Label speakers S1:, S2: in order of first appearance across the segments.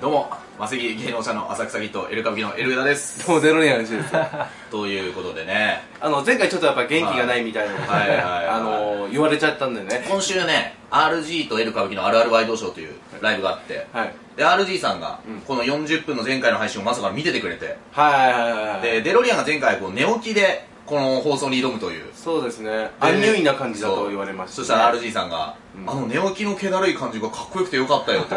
S1: どうもマセキ芸能者の浅草キッドエル歌舞伎のエルダです
S2: もうゼロに話ですよ
S1: ということでね
S2: あの前回ちょっとやっぱ元気がないみたいなことをね
S1: はいはいはいはい
S2: あの言われちゃったんでね
S1: 今週ね RG とエル歌舞伎のあるあるワイドショーというライブがあって
S2: はい
S1: で RG さんが
S2: うん
S1: この40分の前回の配信をまさか見ててくれて
S2: はいはいはいはい
S1: でデロリアンが前回こう寝起きでこの放送に挑むという
S2: そうですねアンニュイな感じだと言われました
S1: そう
S2: ね
S1: そしたら RG さんが、
S2: うん
S1: あの寝起きの気だるい感じがかっこよくてよかったよって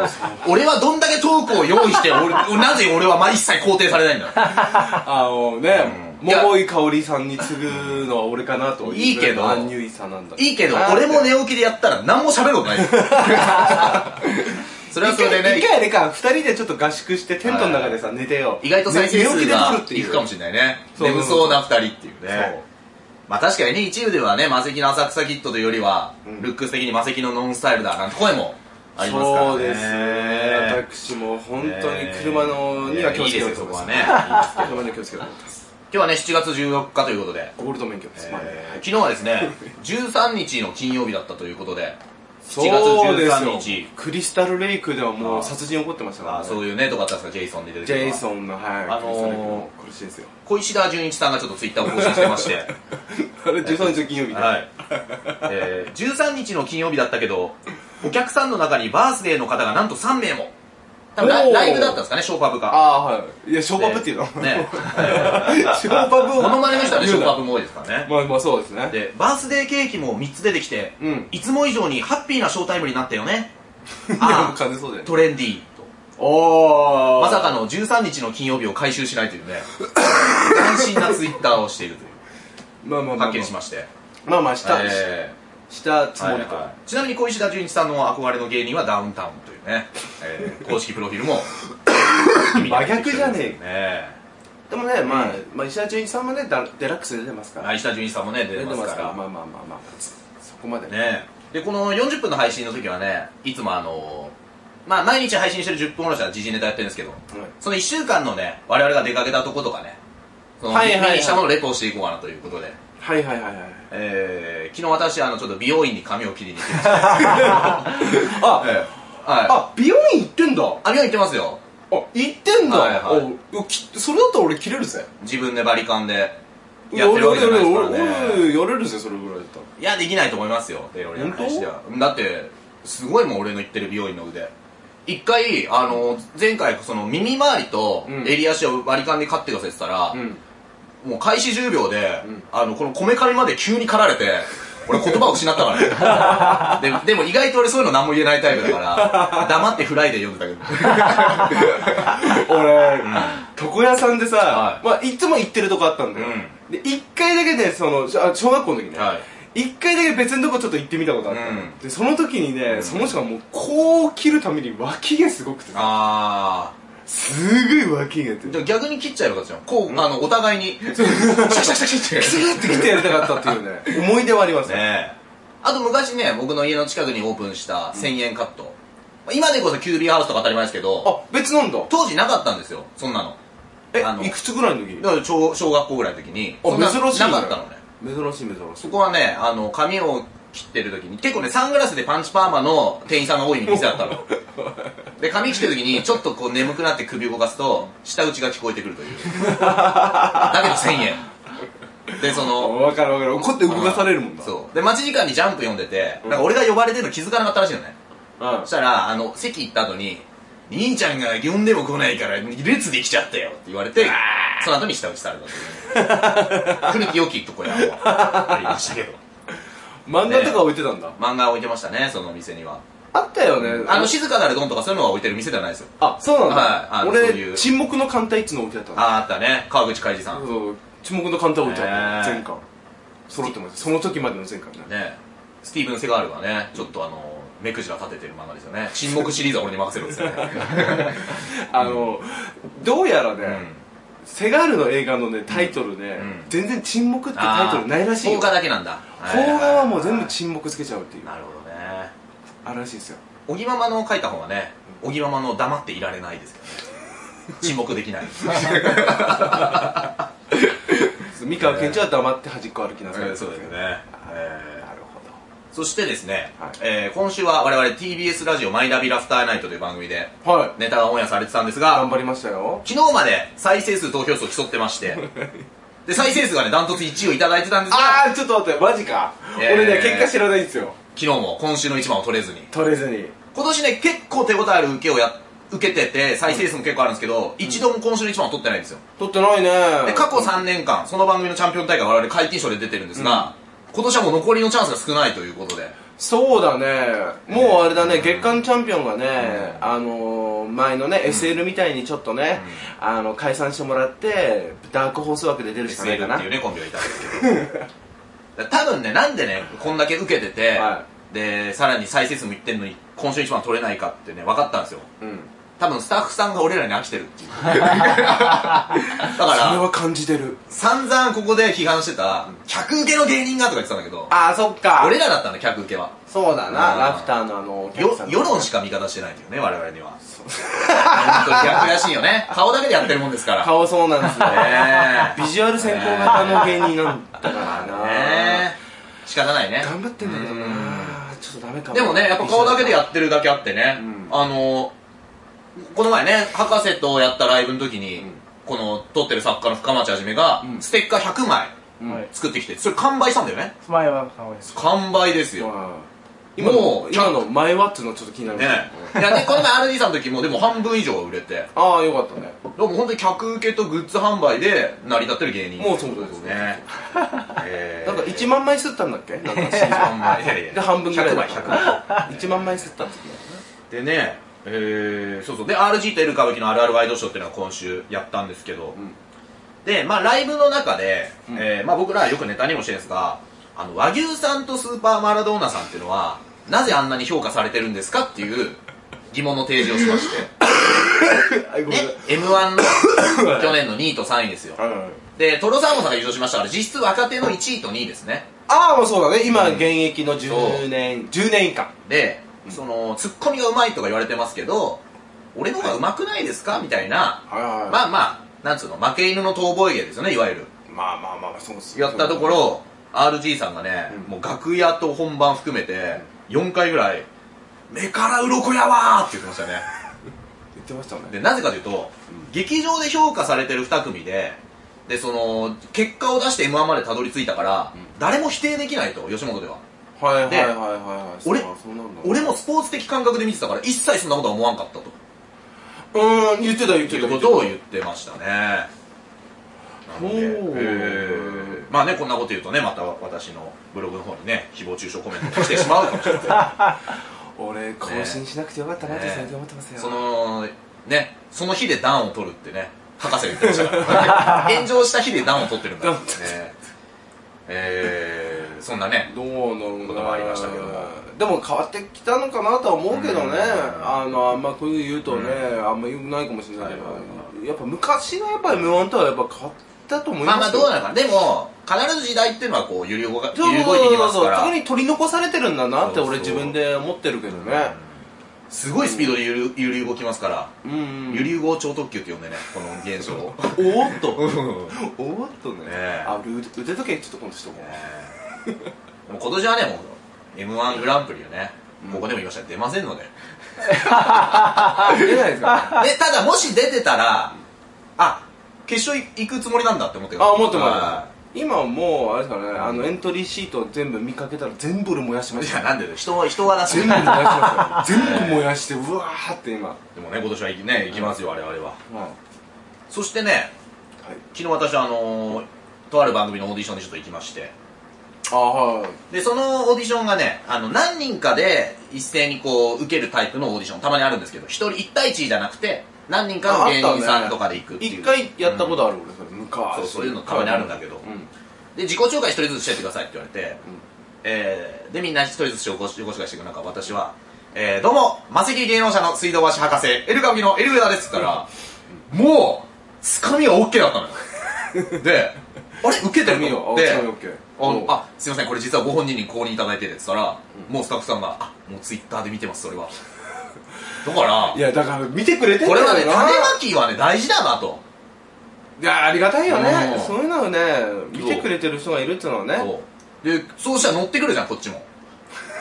S1: 俺はどんだけトークを用意して俺なぜ俺はまあ一切肯定されないんだ
S2: あのね
S1: うんいや
S2: 桃井かおりさんに次ぐのは俺かなと
S1: いいけど
S2: アンニュイさんなんだ
S1: いいけど俺も寝起きでやったら何も喋ること ないよそれはそれでね
S2: 一回一回あれか二人でちょっと合宿してテントの中でさ寝てよ
S1: 意外と再生
S2: ね寝
S1: 数
S2: 起きで
S1: が
S2: 撮るってい
S1: いうくかもしれないね
S2: そう
S1: 眠そうな2人っていう
S2: そう
S1: ねまあ確かにね一部ではねマセキの浅草キッドというよりは、
S2: うん
S1: ルックス的にマセキのノンスタイルだなんて声もありますからね
S2: そうですね私も本当に車のには気をつけようと思いま
S1: い
S2: す
S1: やいいですよそこはね
S2: 車には気をつけようと思います
S1: 今日はね7月14日ということで、
S2: ゴールド免許ですまあね
S1: えー昨日はですね13日の金曜日だったということで7月
S2: そうです
S1: 13
S2: よ
S1: 日
S2: クリスタルレイクでは
S1: あ
S2: も
S1: ー
S2: う殺人起こってましたから
S1: あ
S2: ね
S1: そういうねとかあったんですかジェイソンで出て
S2: ジ
S1: る
S2: ェイソンのはい
S1: あのー
S2: クリスタルレイクの殺しですよ
S1: 小石田純一さんがちょっとツイッターを更新してま して
S2: あれ13日の金曜日で
S1: はい、えー、13日の金曜日だったけどお客さんの中にバースデーの方がなんと3名も多分ライ
S2: おー
S1: ライブだったんですかねショーパブ
S2: あ
S1: か
S2: あはいいやショーパブっていうのシ
S1: ね
S2: ョーパブ
S1: モ
S2: を
S1: ノマネの人はねショーパブ
S2: ブ
S1: も多いですからね
S2: まあまあそうですね
S1: でバースデーケーキも3つ出てきて、
S2: うん
S1: いつも以上にハッピーなショータイムになったよ ね
S2: いやも
S1: あ
S2: う
S1: あ
S2: 完全そうだよね
S1: トレンディーと
S2: おー
S1: まさかの13日の金曜日を回収しないと いうね斬新なツイッターをしているという
S2: まあまあまあまあ
S1: 発見しまして
S2: まあまあした
S1: え
S2: した
S1: ー
S2: つもり
S1: はいは
S2: と
S1: いちなみに小石田純一さんの憧れの芸人はダウンタウンというね、え ー公式プロフィールも
S2: 真逆じゃね
S1: え
S2: でもねまあ
S1: う
S2: まあ石田純一さんもねダデラックス出てますから
S1: 石田純一さんもね出てますから
S2: まあまあまあまあそこまでね
S1: ねでこの40分の配信の時はねいつもあのーまあ毎日配信してる10分おろしは時事ネタやってるんですけどその1週間のね我々が出かけたとことかねその
S2: はいはいはい
S1: 目にしたものをレポしていこうかなということで、
S2: はいはいはいはい
S1: えー、昨日私あのちょっと美容院に髪を切りに行ってきました
S2: あ
S1: ええはい。あ、
S2: あ美容院行ってんだあ
S1: 病院行ってますよ。
S2: 行ってんだ、
S1: はいはい
S2: おきそれだったら俺切れるぜ
S1: 自分でバリカンで。やってるわけじゃないですから
S2: 俺俺
S1: ね。
S2: 俺やれるぜそれぐらいだったら
S1: いや、できないと思いますよ、デロリアンの話では。だって、すごいもん、俺の言ってる美容院の腕。一回、あの、前回、その、耳周りと
S2: うん
S1: 襟足をバリカンでカッて寄せてたら、
S2: ん
S1: もう開始10秒で、
S2: ん
S1: あの、このこめかみまで急に刈られ て、俺言葉を失ったからね。ででも意外と俺そういうの何も言えないタイプだから、黙ってフライで読んでたけど。
S2: 俺、床屋さんでさ、
S1: はい
S2: いまあ、いつも行ってるとこあったんだよ、で一回だけねそのあ小学校の時ね、
S1: はい。
S2: 一回だけ別のとこちょっと行ってみたことあったの、
S1: うん
S2: でその時にね、その人がもうこう切るために脇毛すごくてさ
S1: あー。
S2: すごい脇毛って
S1: でも逆に切っちゃえばよかったじゃんこうあのお互いにシャキシャキシャキシャキシャキ
S2: って来てやりたかったって いうね思い出はありますね
S1: ねえあと昔ね僕の家の近くにオープンした1000円カット、まあ今でこそキュービーハウスとか当たり前ですけど
S2: あ別なんだ
S1: 当時なかったんですよそんなの
S2: え
S1: あの
S2: いくつぐらいの時
S1: だから小小学校ぐらいの時にそんな
S2: あ珍しいね
S1: なかったのね
S2: 珍しい珍し
S1: そ
S2: い
S1: こはねあの髪を切ってる時に結構ねサングラスでパンチパーマの店員さんが多い店だったので髪切ってる時にちょっとこう眠くなって首動かすと舌打ちが聞こえてくるというだけど1000円でその
S2: 分かる分かる怒って動かされるもんな
S1: そうで待ち時間にジャンプ読んでて
S2: うん
S1: なんか俺が呼ばれてるの気づかなかったらしいのね
S2: うん
S1: そしたらあの席行った後に「兄ちゃんが呼んでも来ないから列できちゃったよ」って言われてその後に下打ちされ たという古き良きとこやもありましたけど
S2: 漫画とか置いてたんだ
S1: 漫画置いてましたねその店には
S2: あったよね
S1: あの静かなるドンとかそういうのは置いてる店ではないですよ
S2: あそうなん
S1: はいあ
S2: だ
S1: のそうい
S2: 俺
S1: う
S2: 沈黙の艦隊っつうの置いてあったの
S1: ああったね川口海二さんね
S2: そう沈黙の艦隊置いてあった
S1: へー
S2: の全巻揃ってますその時までの全巻ね
S1: スティーブン・セガールがねちょっとあの目くじら立ててる漫画ですよね沈黙シリーズは俺に任せるんですよ ね
S2: あのどうやら
S1: う
S2: ね
S1: ん
S2: セガールの映画のねタイトルね
S1: うん
S2: 全然沈黙ってタイトルないらしい
S1: 邦
S2: よ
S1: 画だけなんだ
S2: 邦画はもう全部沈黙つけちゃうっていう
S1: なるほどね
S2: あるらしいですよ
S1: 小木ママの書いた本はね小木ママの黙っていられないですけどね 沈黙できない
S2: 三河健一は黙って端っこ歩きなさい
S1: そうですね
S2: なるほど
S1: そしてですね、
S2: はい
S1: えー今週は我々 TBS ラジオ「マイナビラフターナイト」という番組で
S2: はい
S1: ネタがオンエアされてたんですが
S2: 頑張りましたよ
S1: 昨日まで再生数投票数を競ってまして で再生数がねダントツ1位をいただいてたんですが
S2: ああちょっと待ってマジか、
S1: えー
S2: 俺ね結果知らないんですよ
S1: 昨日も今週の一番を取れずに
S2: 取れずに
S1: 今年ね結構手応えある受けをや受けてて再生数も結構あるんですけど、一度も今週の一番を取ってないんですよ
S2: 取ってないね
S1: で過去3年間その番組のチャンピオン大会我々解禁賞で出てるんですが、今年はもう残りのチャンスが少ないということで
S2: そうだねもうあれだね、月間チャンピオンがね、あのー、前のね、SL みたいにちょっとね、あの解散してもらってダークホース枠で出るしかないか
S1: SL っ
S2: な
S1: ていうねコンビがいたんですけどだから多分ねなん でねこんだけ受けてて、
S2: は
S1: でさらに再生数もいってんのに今週一番取れないかってね分かったんですよ
S2: うん
S1: 多分スタッフさんが俺らに飽きてる っていうだか
S2: それ
S1: ら
S2: は感じてる
S1: 散々ここで批判してた客受けの芸人がとか言ってたんだけど
S2: ああそっか
S1: 俺らだったの客受けは
S2: そうだな
S1: うん
S2: ラフターのあのお客
S1: よ
S2: さん
S1: 世論しか味方してないというね我々には本当に逆らしいよ ね顔だけでやってるもんですから
S2: 顔そうなん ですね
S1: ねえ
S2: ビジュアル先行型の芸人なんだから な、
S1: ねえ仕方ないね
S2: 頑張ってんだけどなちょっとダメかも
S1: でもねやっぱ顔だけでや
S2: っ
S1: ってるだけあってね、
S2: うん
S1: あのこの前ね博士とやったライブの時に、
S2: うん
S1: この撮ってる作家の深町はじめが、
S2: うん
S1: ステッカー100枚
S2: うん
S3: はい
S1: 作ってきてそれ完売したんだよね
S3: 前は可愛いです
S1: 完売ですよ、
S2: 今
S1: も
S2: の
S1: う
S2: 今の前はっていうのちょっと気になりま
S1: ね
S2: したね
S1: えいやでこの前 RD さんの時もでも半分以上は売れてで
S2: ああよかったね
S1: も本当に客受けとグッズ販売で成り立ってる芸人
S2: もうそうですね
S1: ねえー
S2: なんか1万枚すったんだっけなんか
S1: 1万枚いやいや
S2: で半分ぐらい
S1: 100枚100枚
S2: 1万枚すったんですね
S1: でね、えー、そうそうで RG と L 歌舞伎の「あるあるワイドショー」っていうのは今週やったんですけど、
S2: ん
S1: でまあライブの中で、
S2: うん
S1: えーまあ、僕らはよくネタにもしてるんですがあの和牛さんとスーパーマラドーナさんっていうのはなぜあんなに評価されてるんですかっていう疑問の提示をしま して
S2: あごめんな
S1: ね
S2: さい
S1: m 1の去年の2位と3位ですよ
S2: うん
S1: でトロサーモンさんが優勝しましたから実質若手の1位と2位ですね
S2: ああもうそうだね今
S1: うん
S2: 現役の10年10年以下
S1: で、そのツッコミがうまいとか言われてますけど俺の方がうまくないですかみたいな
S2: はいはい
S1: ま
S2: ま
S1: あまあ、なんつうの、負け犬の遠吠え芸ですよね、いわゆる。
S2: あまあまあまあそうっす
S1: やったところ、RG さんがね、
S2: うん
S1: もう楽屋と本番含めて、4回ぐらい、目から鱗やわーって言ってましたね。
S2: 言ってましたね
S1: で、なぜかというと、劇場で評価されてる2組で、で、その、結果を出して M1 までたどり着いたから、誰も否定できないと、吉本では。
S2: はいはい
S1: で
S2: はいはいはい
S1: 俺
S2: そうかそうなんだ
S1: 俺もスポーツ的感覚で見てたから、一切そんなことは思わんかったと。
S2: うん言ってた言
S1: っ
S2: っ
S1: て
S2: て
S1: いう
S2: た
S1: ことを言ってましたねなので
S2: ほう
S1: えーまあねこんなこと言うとねまた私のブログの方にね誹謗中傷コメントが来てしまうかもしれ ません
S2: 俺更新しなくてよかったなって最近思ってますよ
S1: そのねその日で暖を取るってね博士が言ってました から炎上した日で暖を取ってるんだってねえー、そんなね
S2: どうなん
S1: こ
S2: だ
S1: ともありましたけども
S2: でも変わってきたのかなとは思うけどね、
S1: うん
S2: あのあんまこういう言うとね、あんま良くないかもしれないけど、やっぱ昔のやっぱり無音とはやっぱ変わったと思います
S1: まあ
S2: よ
S1: まあどうなのかなでも必ず時代っていうのはこう揺り動か揺
S2: そう
S1: り動
S2: そう
S1: いて
S2: そ
S1: き
S2: うそ
S1: ま
S2: う
S1: すから
S2: 特に取り残されてるんだなっ
S1: そう
S2: て
S1: そう
S2: 俺自分で思ってるけどね
S1: すごいスピードで揺り揺り動きますから
S2: うん、
S1: 揺り動超特急って呼んでねこの現象を
S2: おおっとおおっと
S1: ね
S2: ね
S1: え
S2: あ俺腕腕時計ちょっと今度しとこう
S1: ねもう今年はねもう m 1グランプリはね、
S2: うん
S1: ここでも言いましたが出ませんのでで
S2: あ出ないですか
S1: ただもし出てたらあ決勝行くつもりなんだって思ってくだ
S2: あ
S1: さい
S2: 思ってま
S1: は
S2: す今もうあれですかねあのエントリーシート全部見かけたら全部俺燃やしてま
S1: いい
S2: した
S1: やなんでだよ人は人はだし
S2: 全部燃やしましたよ全部燃やしてうわーって今は
S1: で
S2: い
S1: もね今年は行きね行きますよ我々は
S2: は
S1: そしてね
S2: い
S1: 昨日私あのーとある番組のオーディションにちょっと行きまして
S2: あはい
S1: でそのオーディションがねあの何人かで一斉にこう受けるタイプのオーディションたまにあるんですけど一人一対一じゃなくて何人かの芸人さんとかで行くっていう
S2: 一回やったことある俺それ昔
S1: そうそういうのたまにあるんだけど
S2: うん
S1: で自己紹介一人ずつしてってくださいって言われて、えーでみんな一人ずつご自己紹介していく中私は、えーどうも魔石芸能者の水道橋博士エルカビのエルウェダですから、もうつかみが OK だった のよであれ受けて
S2: や
S1: る
S2: ってみ
S1: の
S2: よ
S1: っ
S2: う
S1: て
S2: あオッケー
S1: あ
S2: オッケー
S1: あすいませんこれ実はご本人に公認いただいててって言ったら、もうスタッフさんが「あもうツイッターで見てますそれは」だから
S2: いやだから見てくれてん
S1: こ
S2: だ
S1: れは
S2: よ
S1: ね種
S2: な
S1: まきはね大事だなと
S2: いやありがたいよ
S1: う
S2: ね
S1: ん
S2: そういうのをね見てくれてる人がいるっていうのはね
S1: そうでそうしたら乗ってくるじゃんこっちも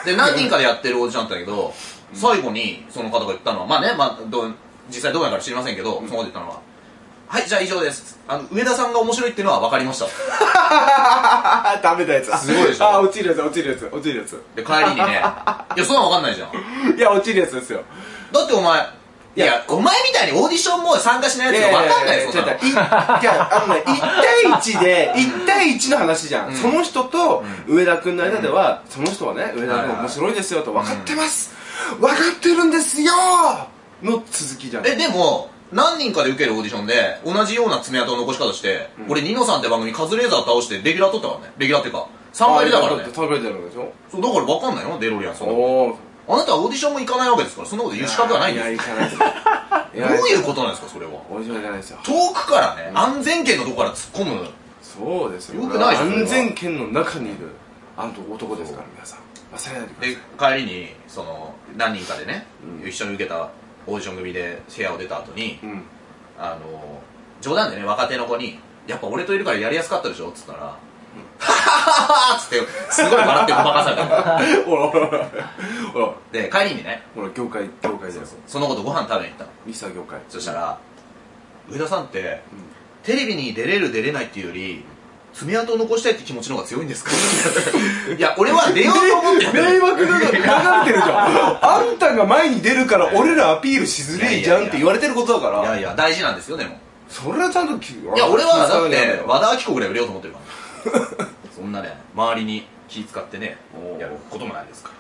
S1: で何人かでやってるオーディションだったけど最後にその方が言ったのはまあね、まあ、どう実際どうやから知りませんけど、その方で言ったのは「はいじゃあ以上ですあの上田さんが面白いっていうのは分かりました」
S2: あダメなやつ
S1: すごいでしょ
S2: あ落ちるやつ落ちるやつ落ちるやつ
S1: で帰りに ね「いやそんなん分かんないじゃん」
S2: いや落ちるやつですよ
S1: だってお前いや
S2: い
S1: お前みたいにオーディションも参加しないやつが分かんないよそんなの
S2: いやいやいやいやあのね1対1で1対1の話じゃん、その人と上田君の間では、その人はね上田君面白いですよと分かってます、分かってるんですよの続きじゃん
S1: えでも何人かで受けるオーディションで同じような爪痕を残し方して、俺ニノさんって番組カズレーザー倒してレギュラー取ったからねレギュラーっていうか3
S2: あ
S1: 回出たからね
S2: 食べてるんでしょ
S1: そうだから分かんないよデロリアンさん
S2: おお
S1: あなたはオーディションも行かないわけですからそんなこと言う資格はないんです
S2: い
S1: よ
S2: や行かないです
S1: どういう
S2: と
S1: ことなんですかそれは
S2: 面白いじゃないですよ
S1: 遠くからね、安全圏のとこから突っ込む
S2: そうですよ
S1: よくないですよ
S2: 安全圏の中にいるあの男ですから皆さん忘れないでください
S1: で帰りにその何人かでね、一緒に受けたオーディション組で部屋を出た後に、
S2: うん
S1: あの冗談でね若手の子に「やっぱ俺といるからやりやすかったでしょ」っつったら「ははは はっつってすごい笑ってごまかされ
S2: ほらほらほらほら
S1: たで帰りにね
S2: ほら業界業界だよ
S1: その子とご飯食べに行ったの
S2: ミスター業界
S1: そしたら「上田さんって、テレビに出れる出れないっていうより爪痕を残したいって気持ちの方が強いんですか? 」 いや俺は出ようと思ってやってる
S2: 迷惑が流れてるじゃんあんたが前に出るから俺らアピールしづれいじゃんって言われてることだか
S1: いや
S2: ら
S1: いや大事なんですよでも
S2: それはちゃんとい
S1: いや俺はだって和田アキ子ぐらい売れようと思ってるからそんなね周りに気使ってね
S2: おー
S1: やることもないですか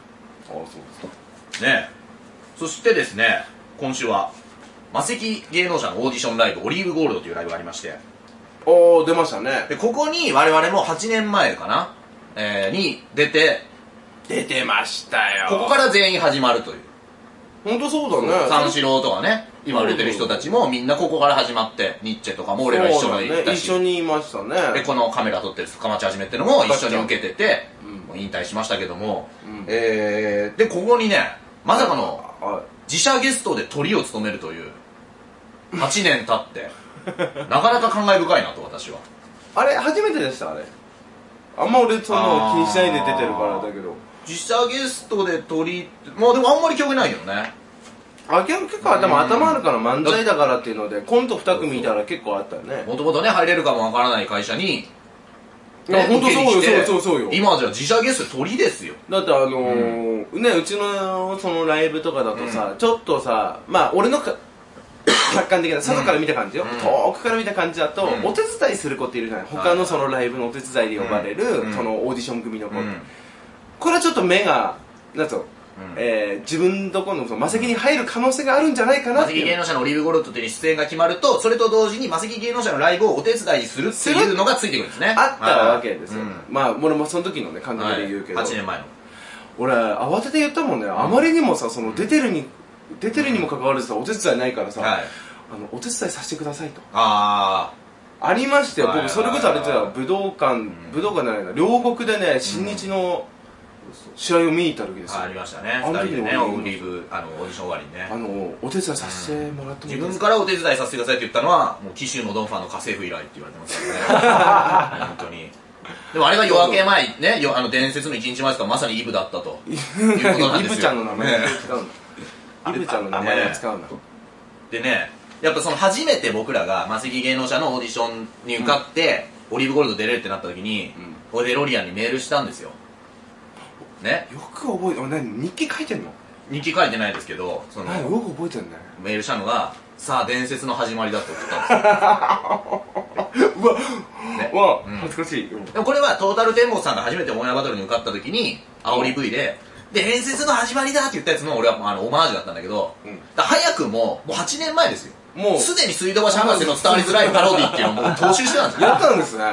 S1: ら
S2: あそうですか
S1: ねえそしてですね今週は魔石芸能者のオーディションライブオリーブゴールドというライブがありまして
S2: おー出ましたね
S1: でここに我々も8年前かな、えーに出て
S2: 出てましたよ
S1: ここから全員始まるという
S2: 本当そうだね
S1: 三四郎とかね今売れてる人たちもみんなここから始まってニッチェとかも俺ら一緒に行
S2: そう
S1: っ
S2: だ
S1: た
S2: ね
S1: し
S2: 一緒にいましたね
S1: でこのカメラ撮ってる深町はじめってのも一緒に受けてて、もう引退しましたけども、
S2: うん
S1: えー、でここにねまさかの
S2: は
S1: 自社ゲストでトリを務めるという8年経って なかなか感慨深いなと私はい
S2: あれ初めてでしたあれあんま俺そんなの気にしないで出てるからだけど
S1: 自社ゲストでトリまあでもあんまり記憶ないけどね
S2: あけ結構でも頭あるから漫才だからっていうのでコント2組いたら結構あったよね
S1: もともとね入れるかもわからない会社に、
S2: いや
S1: ね
S2: 本当そうよ
S1: 受けに来て
S2: そうそうそうよ
S1: 今じゃ自社ゲストトリですよ
S2: だってあのーねうちのそのライブとかだとさ、ちょっとさまあ俺のか 客観的な外から見た感じよ、
S1: うん
S2: 遠くから見た感じだと、
S1: うん
S2: お手伝いする子っているじゃない
S1: い
S2: 他のそのライブのお手伝いで呼ばれる、
S1: うん
S2: そのオーディション組の子、
S1: うん
S2: これはちょっと目がなんつうのえー自分どこのその魔石に入る可能性があるんじゃないかな
S1: マ
S2: っ
S1: セキ
S2: てい
S1: 芸
S2: う
S1: 能者のオリーブゴロットという出演が決まると、それと同時にマセキ芸能者のライブをお手伝いするっていうのがついてくるんですね。
S2: あったわけですよ、
S1: うん
S2: まあ俺もその時のね感
S1: はい
S2: 覚で言うけど、
S1: 8年前の。
S2: 俺慌てて言ったもんね、あまりにもさその出てるに出てるにもかかわらずさお手伝いないからさ、
S1: はい。
S2: あのお手伝いさせてくださいと
S1: あ
S2: ありましたよ
S1: はい
S2: 僕それこそあれだよ
S1: はい
S2: 武道館、武道館じゃないな両国でね新日の試合を見に行った時で
S1: ー
S2: すよ
S1: あ、ありましたね。
S2: あ
S1: 二
S2: の
S1: 人
S2: 時
S1: でね、
S2: の
S1: オリーブ、あの、オーディション終わりに
S2: あ
S1: ね。
S2: のお手伝いさせてもらっても
S1: 自
S2: いいで
S1: 分
S2: すか
S1: からお手伝いさせてくださいって言ったのは、もう紀州のドンファンの家政婦以来って言われてます からね。本当に。でもあれが夜明け前、ね、よあの伝説の1日前ですから、まさにイブだったと。いうことなん
S2: イ
S1: ですよ
S2: ブちゃんの名前を
S1: ね
S2: 使うんだイブちゃんの名前を使うんだ
S1: でねやっぱその初めて僕らがマセキ芸能者のオーディションに受かって、オリーブゴールド出れるってなった時に、俺デロリアンにメールしたんですよね
S2: よく覚えてお前何日記書いてんの
S1: 日記書いてないですけどその
S2: 何よく覚えてんね
S1: メールしたのが「さあ伝説の始まりだ」って送ったんですよ
S2: うわ
S1: ね
S2: うわ
S1: うん
S2: 恥ずかしいうん
S1: でもこれはトータルテンボスさんが初めてオンエアバトルに受かった時に煽り V で「で伝説の始まりだ」って言ったやつの俺はもうあのオマージュだったんだけど、
S2: うん
S1: だから早くももう8年前ですよ
S2: もう
S1: すでに水道橋博士の伝わりづらいパロディっていうのをもう踏襲してたんですよ
S2: やったんですね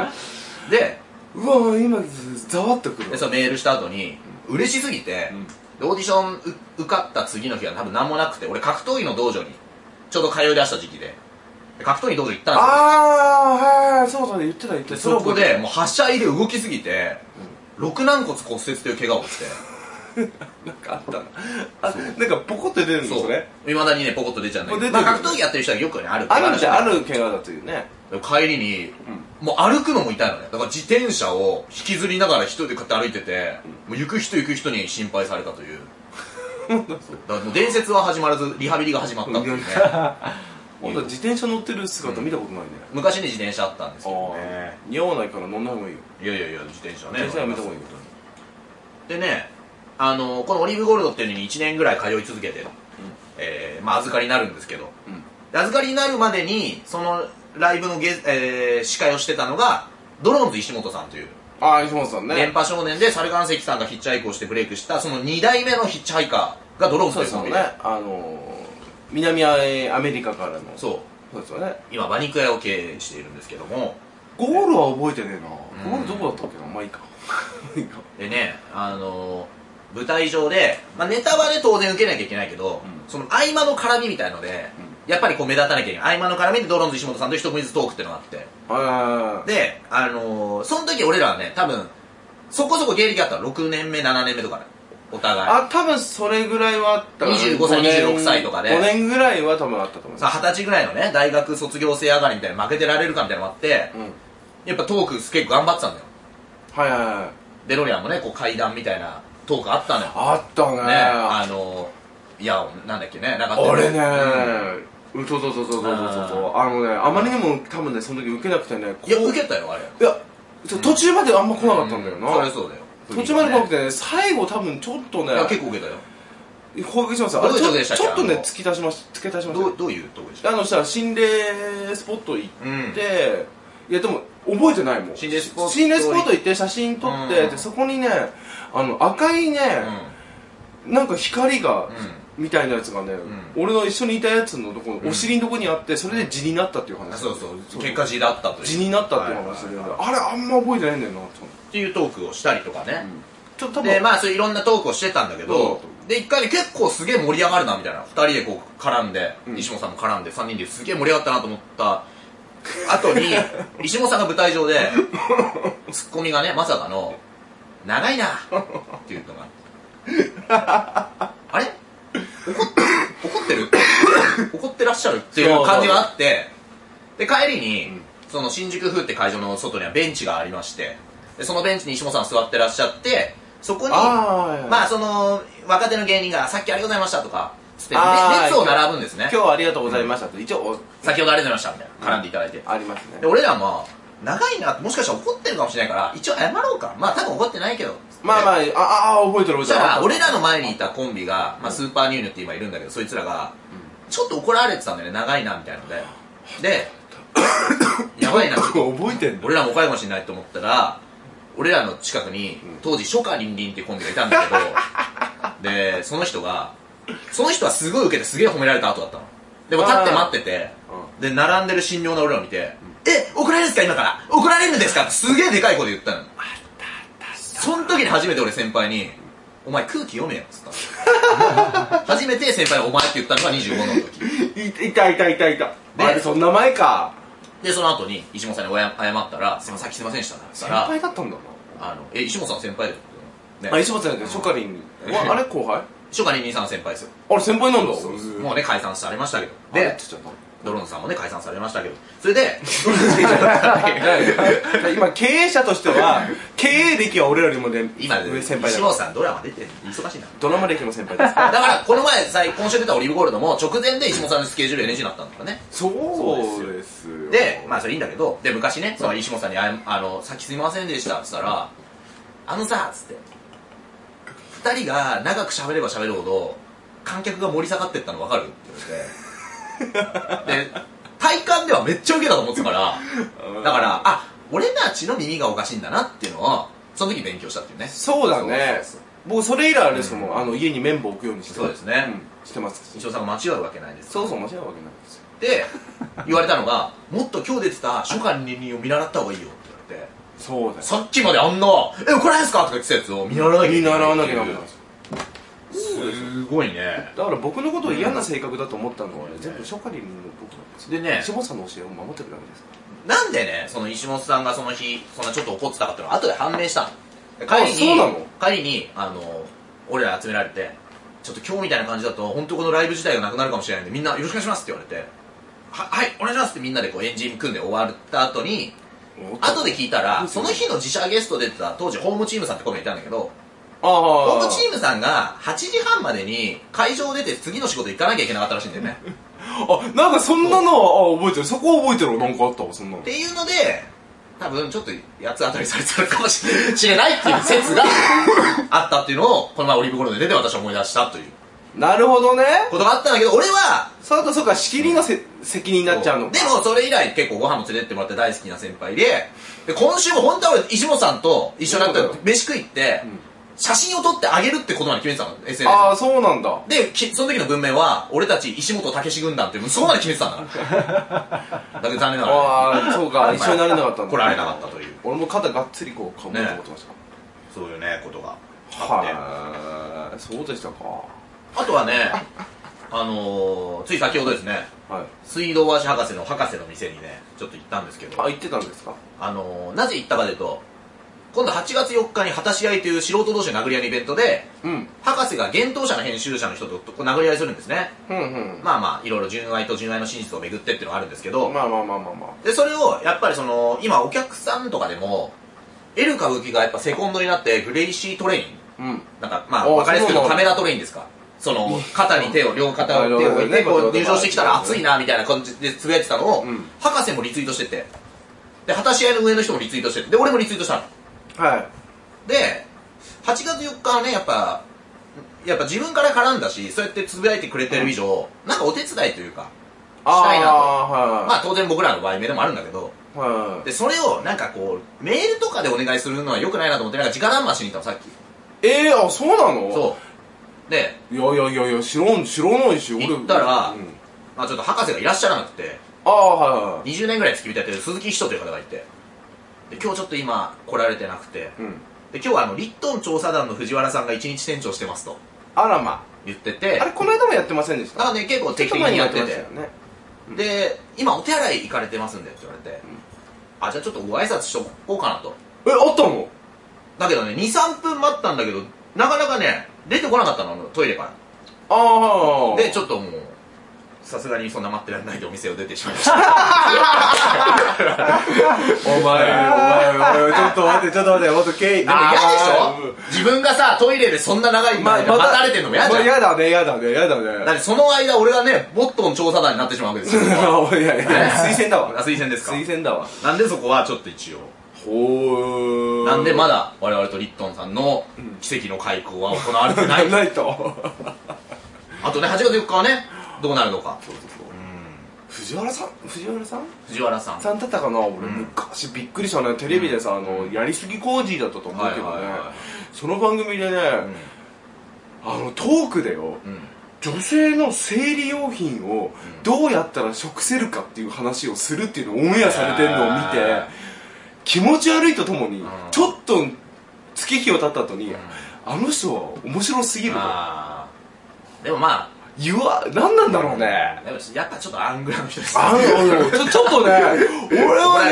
S1: で
S2: うわ今ざわっとくる
S1: でそのメールした後に嬉しすぎて、
S2: うん
S1: でオーディションう受かった次の日は多分何もなくて俺格闘技の道場にちょうど通い出した時期でで格闘技道場行ったんですよ
S2: ああはいそうだね言ってた言って
S1: で
S2: た
S1: そこでもうはしゃいで動きすぎて肋軟骨骨折という怪我をして
S2: なんかあったなあなんかポコって出るんですね
S1: いまだにねポコッと出ちゃうんだけ
S2: これ
S1: ど、
S2: 出て
S1: ま
S2: る
S1: あ、格闘技やってる人はよくねある
S2: あるじゃんあ
S1: る
S2: る怪我だというね
S1: 帰りに、もう歩くのも痛いのねだから自転車を引きずりながら一人でこうやって歩いてて、もう行く人行く人に心配された というだからもう伝説は始まらずリハビリが始まったっていうね
S2: まだ自転車乗ってる姿見たことないね、
S1: 昔に自転車あったんですけど
S2: あ
S1: ね
S2: あ似合わないから乗んない方がいいよ
S1: いやいやいや自転車ね
S2: 自転車やめた方がいいよ
S1: でねあのこのオリーブゴールドっていうのに1年ぐらい通い続けて、えーまあ、預かりになるんですけど、
S2: うん
S1: で預かりになるまでにそのライブのゲ、えー司会をしてたのがドローンズ石本さんという
S2: ああ石本さんね
S1: 電波少年で猿岩石さんがヒッチハイクをしてブレイクしたその2代目のヒッチハイカーがドローンズ
S2: そ
S1: と
S2: う
S1: い
S2: で
S1: う
S2: すよ
S1: コンビ
S2: ね
S1: で
S2: あのー南アメリカからのそう
S1: そう
S2: ですよね
S1: 今馬肉屋を経営しているんですけども
S2: ゴールは覚えてねえ
S1: うん
S2: なゴールどこだったっけなまあいいか
S1: でねあの舞台上で、まあ、ネタはね当然受けなきゃいけないけど、
S2: う
S1: その合間の絡みみたいので、やっぱりこう目立たなきゃいけない合間の絡みでドローンズ石本さんと一組ずつトークってのがあって
S2: あ
S1: であのーその時俺らはね多分そこそこ芸歴あったの6年目7年目とかねお互い
S2: あ多分それぐらいはあったかな
S1: 25歳
S2: 五年
S1: 26歳とかで
S2: 5年ぐらいは多分あったと思います
S1: さ20歳ぐらいのね大学卒業生上がりみたいな負けてられるかみたいなのもあって
S2: うん
S1: やっぱトーク結構頑張ってたんだよ
S2: はいはいはい
S1: デロリアンもねこう階段みたいなトークあったのよ
S2: あったね
S1: ねあのーいやなんだっけねなんか
S2: あれね
S1: うん
S2: うんそうそうそうそうそうそう
S1: あ
S2: そうあのねあまりにも多分ねその時受けなくてねこう
S1: いや受けたよあれ
S2: いやそう途中まであんま来なかったんだよ
S1: うそり
S2: な
S1: ゃそうだよ
S2: 途中まで来なく
S1: ね
S2: てね最後多分ちょっとね
S1: いや結構受けたよ
S2: 攻撃しましたあれ
S1: どういう
S2: ち
S1: とこでした
S2: ょ
S1: っけ
S2: ちょっと
S1: あ
S2: ね
S1: の
S2: 突き出しまし突き出しまし
S1: ど
S2: た
S1: うどういうとこでし
S2: あ
S1: た
S2: のさ心霊スポット行
S1: うん
S2: って、いやでも覚えてないもん
S1: 心霊スポット
S2: 心霊スポット行って写真撮って、
S1: うん
S2: でそこにねあの赤いね、なんか光が、みたいなやつがね、
S1: ん
S2: 俺の一緒にいたやつのところ、
S1: うん
S2: お尻のとこにあってそれで地になったっていう
S1: うん
S2: 話
S1: あそうそう結果地だったという
S2: 地になったっていう話
S1: はい
S2: で、
S1: はいはい
S2: あれあんま覚えてないんだよなと
S1: っていうトークをしたりとかね、
S2: ちょっと多分
S1: でまあそういういろんなトークをしてたんだけど、で一回ね結構すげえ盛り上がるなみたいな2人でこう絡んで、
S2: うん
S1: 石本さんも絡んで3人ですげえ盛り上がったなと思った後 に石本さんが舞台上でツッコミがねまさかの「長いな」っていうのがあれ怒っ怒って る怒ってらっしゃるっていう感じがあってで帰りに、
S2: ん
S1: その新宿風って会場の外にはベンチがありましてでそのベンチに石本さん座ってらっしゃってそこに
S2: あー
S1: まあその若手の芸人が「さっきありがとうございました」とかつってね
S2: あー
S1: 列を並ぶんですね
S2: 今日はありがとうございましたって、一応
S1: 先ほどありがとうございましたみたいな絡んでいただいて
S2: おあります
S1: で
S2: ね
S1: 俺らも長いなってもしかしたら怒ってるかもしれないから一応謝ろうかまあ多分怒ってないけど
S2: まあまあああー覚えてる覚
S1: そ
S2: え
S1: してた
S2: る
S1: ら俺らの前にいたコンビが、まあ、スーパーニューニュって今いるんだけどそいつらがちょっと怒られてたんだよね長いなみたいなので でやばいな
S2: 覚えてんだ
S1: 俺らも怖いかもしれないと思ったら俺らの近くに当時初夏りんりんっていうコンビがいたんだけど でその人がその人はすごい受けてすげえ褒められた後だったのでも立って待っててで並んでる神妙な俺らを見て「え怒られるんですか今から怒られるんですか?」ってすげえでかい声で言ったのあったあったその時に初めて俺先輩に「お前空気読めよ」っつ ったの初めて先輩が「お前」って言ったのが25の時
S2: いいたいたいたいた
S1: で
S2: あれそんな前か
S1: でその後に石本さんにおや謝ったら「すいませんさっきすいませんでした」って言っ
S2: 先
S1: たら
S2: 輩だったんだな
S1: あの、え、石本さん先輩だよ。ね、
S2: あ、石本さんだけど、初夏に。うわあれ後輩
S1: 初夏に兄さん先輩ですよ。
S2: あれ先輩なんだ。
S1: もうね、解散されましたけど。
S2: で、
S1: で、ドローンさんもね、解散されましたけど。それで、
S2: 今、経営者としては、経営歴は俺らよりもね、
S1: 今ね、
S2: 上
S1: 石
S2: 先輩
S1: 本
S2: だ。
S1: さんドラマ出てる忙しいな。
S2: ドラマ歴の先輩 ですか
S1: だから、この前、さ今週出たオリーブゴールドも、直前で石本さんのスケジュール NG になったんだからね。
S2: そうですよ。
S1: で、まあ、それいいんだけど、で、昔ね、その石本さんにあや、あの、さっきすいませんでした、っつったら、あのさ、つって、二人が長く喋れば喋るほど、観客が盛り下がってったの分かるって言われて、で、体感ではめっちゃウケたと思ってたから、だから、あ、俺たちの耳がおかしいんだなっていうのを、その時勉強したっていうね。
S2: そうだね
S1: そうそうそう。
S2: 僕、それ以来あれですもん、あの、家に綿棒置くようにして
S1: そうですね
S2: うんしてます。
S1: 石本さんが間違うわけないです。
S2: そうそう、間違うわけないですよ。
S1: で、言われたのが、もっと今日出てた初夏に人を見習った方がいいよって言われて、
S2: そうだよ。
S1: さっきまであんな「え怒られんすか?」とか言ってたやつを見習わなきゃいけ
S2: 見
S1: ない
S2: 習わなきゃダメなんですよ
S1: すごいね
S2: だから僕のことを嫌な性格だと思ったのはね、全部初夏にの僕なんですよ。
S1: でね
S2: 石本さんの教えを守ってくださいですか
S1: なんでねその石本さんがその日そんなちょっと怒ってたかっていうのは後で判明したの帰り
S2: そう
S1: に
S2: なの
S1: 帰りにあの俺ら集められてちょっと今日みたいな感じだと本当このライブ自体がなくなるかもしれないんでみんなよろしくお願いしますって言われてははいお願いしますってみんなでこうエンジン組んで終わった後に
S2: おっと
S1: 後で聞いたらその日の自社ゲスト出てた当時ホームチームさんって子がいたんだけど
S2: ああ
S1: ホームチームさんが8時半までに会場出て次の仕事行かなきゃいけなかったらしいんだ よね
S2: あなんかそんなのあ覚えてるそこは覚えてるなんかあったわそんなの
S1: っていうので多分ちょっと八つ当たりされてたのかもしれないっていう説 があったっていうのをこの前オリーブコロナで出て私は思い出したという
S2: なるほどね
S1: ことがあったんだけど俺は
S2: そうかそうか仕切りのせ責任になっちゃうの
S1: でもそれ以来結構ご飯も連れてってもらって大好きな先輩でで今週も本当は俺石本さんと一緒にな
S2: そう
S1: っ
S2: だ
S1: て
S2: よ
S1: 飯食いって、写真を撮ってあげるってことまで決めてたの SNS
S2: ああそうなんだ
S1: できその時の文面は俺たち石本武軍団っていうそこまで決めてたんだから だけど残念ながらね、
S2: ああそうか一緒になれなかったんだ
S1: 来られなかったという
S2: 俺も肩がっつりこうかぶって
S1: ね
S2: 思ってました
S1: そういうねことが
S2: はいそうでしたか
S1: あとはねあのー、つい先ほどですね
S2: はい
S1: 水道橋博士の博士の店にねちょっと行ったんですけど
S2: あ行ってたんですか
S1: あのーなぜ行ったかというと、今度8月4日に果たし合いという素人同士の殴り合いのイベントで、
S2: うん
S1: 博士が幻冬者の編集者の人とこう殴り合いするんですね。
S2: うんうん
S1: まあまあ、いろいろ純愛と純愛の真実を巡ってっていうのがあるんですけ
S2: ま
S1: ど、
S2: あまあまあまあま
S1: で、それを、やっぱりその、今お客さんとかでも、エル歌舞伎がやっぱセコンドになって、グレイシートレイン、
S2: あうん
S1: なんか、まあ、
S2: おー
S1: わかりやすく言うと
S2: そ
S1: カ
S2: うなの
S1: メラトレインですか。その、肩に手を、両肩を 手を置いて、
S2: ね
S1: こう
S2: こう
S1: 入場してきたら熱いな、みたいな感じでつぶやいてたのを
S2: うん、
S1: 博士もリツイートしてて、で、果たし合いの上の人もリツイートしてて、で、俺もリツイートしたの。
S2: はい
S1: で、8月4日はね、やっぱ、やっぱ自分から絡んだし、そうやってつぶやいてくれてる以上、なんかお手伝いというか、したいなとま
S2: あ
S1: あ当然僕らの場合目でもあるんだけど、
S2: ーはいはいはい
S1: で、それをなんかこう、メールとかでお願いするのは良くないなと思って、なんか直談判しに行ったの、さっき。
S2: ええあそうなの
S1: そう。で、
S2: いやいやいやいや知らん知らないし俺
S1: 行ったら
S2: うん
S1: まあちょっと博士がいらっしゃらなくて、
S2: ああはいは
S1: 20年ぐらい付き人やってる鈴木秘書という方がいて、で、今日ちょっと今来られてなくて、
S2: いうん
S1: で、今日はあの、リットン調査団の藤原さんが一日店長してますと
S2: あらま
S1: 言ってて、
S2: あれこの間もやってませんでし
S1: だか
S2: た
S1: らね、結構
S2: ち
S1: 定
S2: ょっ
S1: 期
S2: と
S1: 的
S2: 前
S1: に
S2: に
S1: やっ
S2: やっててましてた、よね
S1: で、今お手洗い行かれてますんでって言われて、あ、じゃあちょっとご挨拶しとこうかなと。
S2: えあったの
S1: だけどね、2、3分待ったんだけど、なかなかね、出てこなかったの、あのトイレか
S2: ああ
S1: ら。
S2: はいはい
S1: で、ちょっともう、さすがにそんな待ってられないでお店を出てしまいま した。
S2: お前お前お前ちょっと待ってちょっと待ってもっとケイで
S1: でも嫌でしょ自分がさ、トイレでそんな長い
S2: ま
S1: 間
S2: あ、
S1: 待
S2: また
S1: たれてんのも嫌じゃん。
S2: 嫌だね、嫌だね、嫌だ
S1: だっ
S2: ね。
S1: てその間俺はね、ボットン調査団になってしまうわけですよ。
S2: いやいや、推薦だ
S1: あ
S2: わ。
S1: 推薦ですか
S2: 推薦だわ。
S1: なんでそこはちょっと一応。
S2: ほー。
S1: なんでまだ我々とリットンさんの奇跡の開口は行われてない
S2: ないと。
S1: あとね、8月4日はね、どうなるのか。
S2: 藤原さん藤原さん
S1: 藤原さん。
S2: さんだったかな俺、昔びっくりしたね。テレビでさ、あの、やりすぎ工事だったと思うけど
S1: はい
S2: ね
S1: はいはい。
S2: その番組でね、あの、トークでよ、
S1: うん。
S2: 女性の生理用品をどうやったら食せるかっていう話をするっていうのをオンエアされてるのを見
S1: へ
S2: て
S1: ー
S2: 気持ち悪いとともに
S1: ん
S2: ちょっと月日を経った後にあの人は面白すぎると
S1: あーでもま
S2: 言わ何なんだろう
S1: あ、
S2: ね
S1: でもやっぱちょっとアングラの人です。
S2: あのちょちょっとね 俺は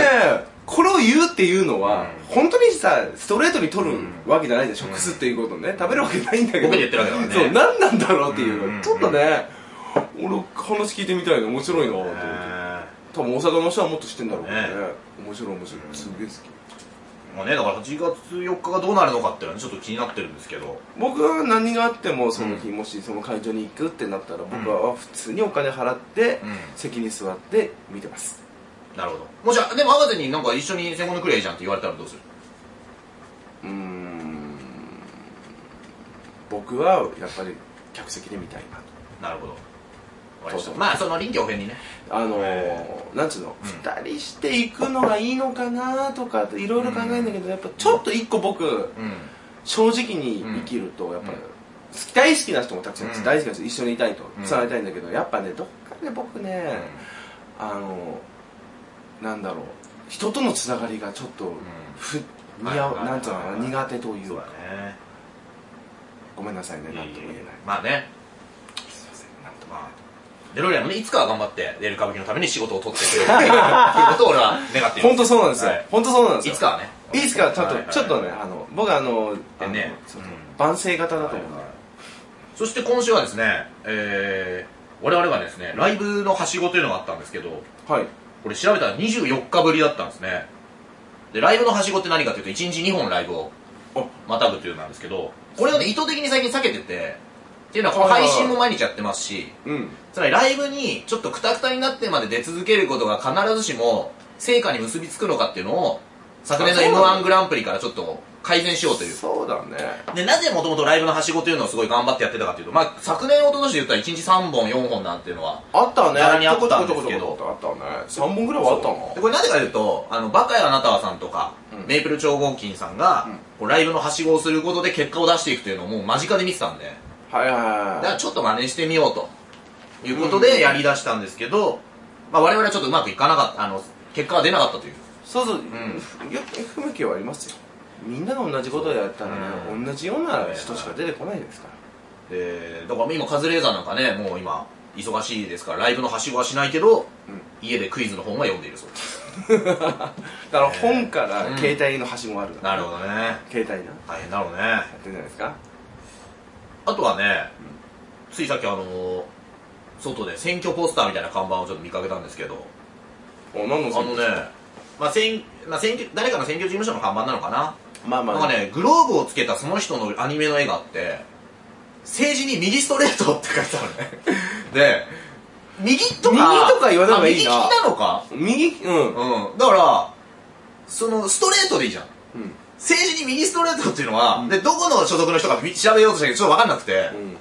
S2: ねこれを言うっていうのは本当にさストレートに取るわけじゃないじゃん食すっていうことね食べるわけないんだけど
S1: ボケで言ってるわけだからね
S2: そう何なんだろうっていう
S1: うん
S2: のちょっとね俺話聞いてみたいの面白いなと思って
S1: え
S2: 多分大阪の人はもっと知ってんだろうけどね
S1: ね
S2: 面白い面白いすげえ好き
S1: ーまあね、だから8月4日がどうなるのかっていうのはちょっと気になってるんですけど。
S2: 僕は何があってもその日もしその会場に行くってなったら僕は普通にお金払って
S1: うん
S2: 席に座って見てます
S1: なるほど。もしあ、でも博士になんか一緒に戦後のクレイじゃんって言われたらどうする
S2: うーん僕はやっぱり客席で見たいなと
S1: なるほど。わかりました
S2: そうそう
S1: まあ、その臨機応変にね。
S2: あの
S1: へ
S2: ー、なんつうの、
S1: うん
S2: 二人して行くのがいいのかなとかいろいろ考えるんだけど、やっぱちょっと一個僕
S1: うん。
S2: 正直に生きるとやっぱ、
S1: うん
S2: 好き大好きな人もたくさんいます、
S1: うん
S2: 大好きな人一緒にいたいと
S1: うん
S2: つながりたいんだけど、やっぱねどっかで僕ね、あのなんだろう人とのつながりがちょっと、ふ似合う
S1: はい
S2: なんつうのかな
S1: はい
S2: 苦手という
S1: そう
S2: か
S1: だね。
S2: ごめんなさいねなんとも言えない
S1: まあね。
S2: すいませんなんとも言え
S1: ま
S2: な
S1: あ。
S2: い
S1: デロリアンもね、いつかは頑張って、レール歌舞伎のために仕事を取ってく れるということを俺は願ってい
S2: 本
S1: ま
S2: 当そうなんですよ、
S1: はい
S2: 本当そうなんです
S1: す。
S2: よ
S1: いつかはね。
S2: いいですかちょっと、
S1: はいはい
S2: ちょっとねあの僕あのあの
S1: ね
S2: そうそう
S1: うん
S2: 万世型だと思うんで、
S1: そして今週はですね、えー、我々がですね、ライブのはしごというのがあったんですけど、
S2: はい
S1: これ調べたら24日ぶりだったんですね。でライブのはしごって何かというと1日2本ライブを
S2: あ
S1: またぐというなんですけどこれをね意図的に最近避けててっていうのはこの配信も毎日やってますし
S2: うん
S1: つまりライブにちょっとクタクタになってまで出続けることが必ずしも成果に結びつくのかっていうのを昨年の
S2: あそう
S1: m
S2: なの
S1: 1グランプリからちょっと改善しようという
S2: そうだね
S1: でなぜもともとライブのはしごというのをすごい頑張ってやってたかというと、まあ、昨年一昨年で言ったら1日3本4本なんていうのは
S2: あったね
S1: ざらにあったんですけど
S2: ちょこちょこちょこちょこあったね3本ぐらいはあったの
S1: でこれなぜかというとあのバカやあなたはさんとか、
S2: うん
S1: メイプル超合金さんが、
S2: うん
S1: こうライブのはしごをすることで結果を出していくというのをもう間近で見てたんで
S2: はいはい
S1: だか
S2: は
S1: らちょっと真似してみようということでやりだしたんですけど、まあ、我々はちょっとうまくいかなかったあの結果は出なかったという
S2: いそうそう、
S1: ん
S2: いや不向きはありますよみんなが同じことをやったらね、
S1: うん
S2: 同じような人しか出てこないですから
S1: でだから今カズレーザーなんかねもう今忙しいですからライブのはしごはしないけど、
S2: うん
S1: 家でクイズの本は読んでいるそうです
S2: だから本から
S1: うん
S2: 携帯の端もある
S1: なるほ
S2: ど
S1: どね
S2: 携帯なや
S1: 大変だろうね
S2: ってんじゃないですか
S1: あとはね、ついさっきあのー外で選挙ポスターみたいな看板をちょっと見かけたんですけど、
S2: お何
S1: あ
S2: の
S1: のね、まあ選まあ、選挙誰かの選挙事務所の看板なのかな、
S2: まあまあ
S1: なんかね、グローブをつけたその人のアニメの絵があって、政治に右ストレートって書いてあ るね。で、右とか、
S2: 右とか言わない方がいいな
S1: あ右利きなのか、
S2: 右うん
S1: うん、だから、そのストレートでいいじゃん。
S2: うん
S1: 政治に右ストレートっていうのは、でどこの所属の人か調べようとしたけど、ちょっと分かんなくて。
S2: うん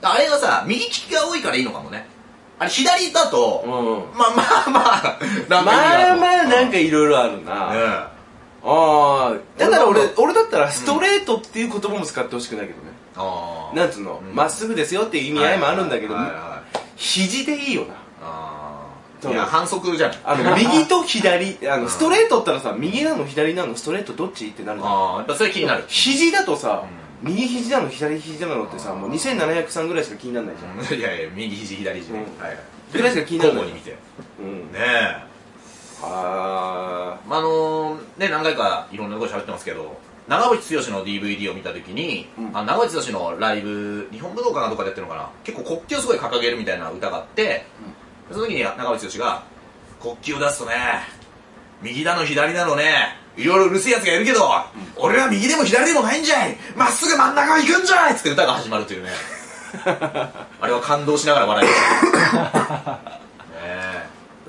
S1: あれがさ、右利きが多いからいいのかもね。あれ、左だと、
S2: うん
S1: まあまあまあ、
S2: ま
S1: な
S2: あ
S1: んかいい
S2: まあ
S1: なと
S2: なんかいろいろあるな、あ
S1: ね
S2: あだから俺
S1: 俺
S2: 俺だったらストレートっていう言葉も使ってほしくないけどね、
S1: あー
S2: なんつうの
S1: うん
S2: ま、っすぐですよっていう意味合いもあるんだけど、
S1: はいはいはい
S2: 肘でいいよな
S1: あー
S2: そう
S1: いや、反則じゃん。
S2: あの 右と左あ
S1: う
S2: の
S1: ん
S2: ストレートったらさ右なの左なのストレートどっちってなるじゃん
S1: あーやっぱそれ気になる。
S2: 肘だとさ、右肘なの左肘なのってさもう2703ぐらいしか気にならないじゃん、
S1: いやいや、右肘、左肘ね。
S2: うん
S1: はいはい。
S2: ぐらいしか気になら
S1: 交
S2: ない
S1: 互に見て。ね
S2: う
S1: え。
S2: んあ
S1: まああのー、ね、何回かいろんなとこで喋ってますけど、長渕剛の DVD を見たときに、
S2: うん
S1: あ長渕剛のライブ、日本武道館かどっかでやってるのかな、結構国旗をすごい掲げるみたいな歌があって、その時に長渕剛が、国旗を出すとね、右だの左だのね、いろいろうるせえやつがいるけど、俺は右でも左でもないんじゃいまっすぐ真ん中行くんじゃいつって歌が始まると いうね。あれは感動しながら笑いま した。ね
S2: ーで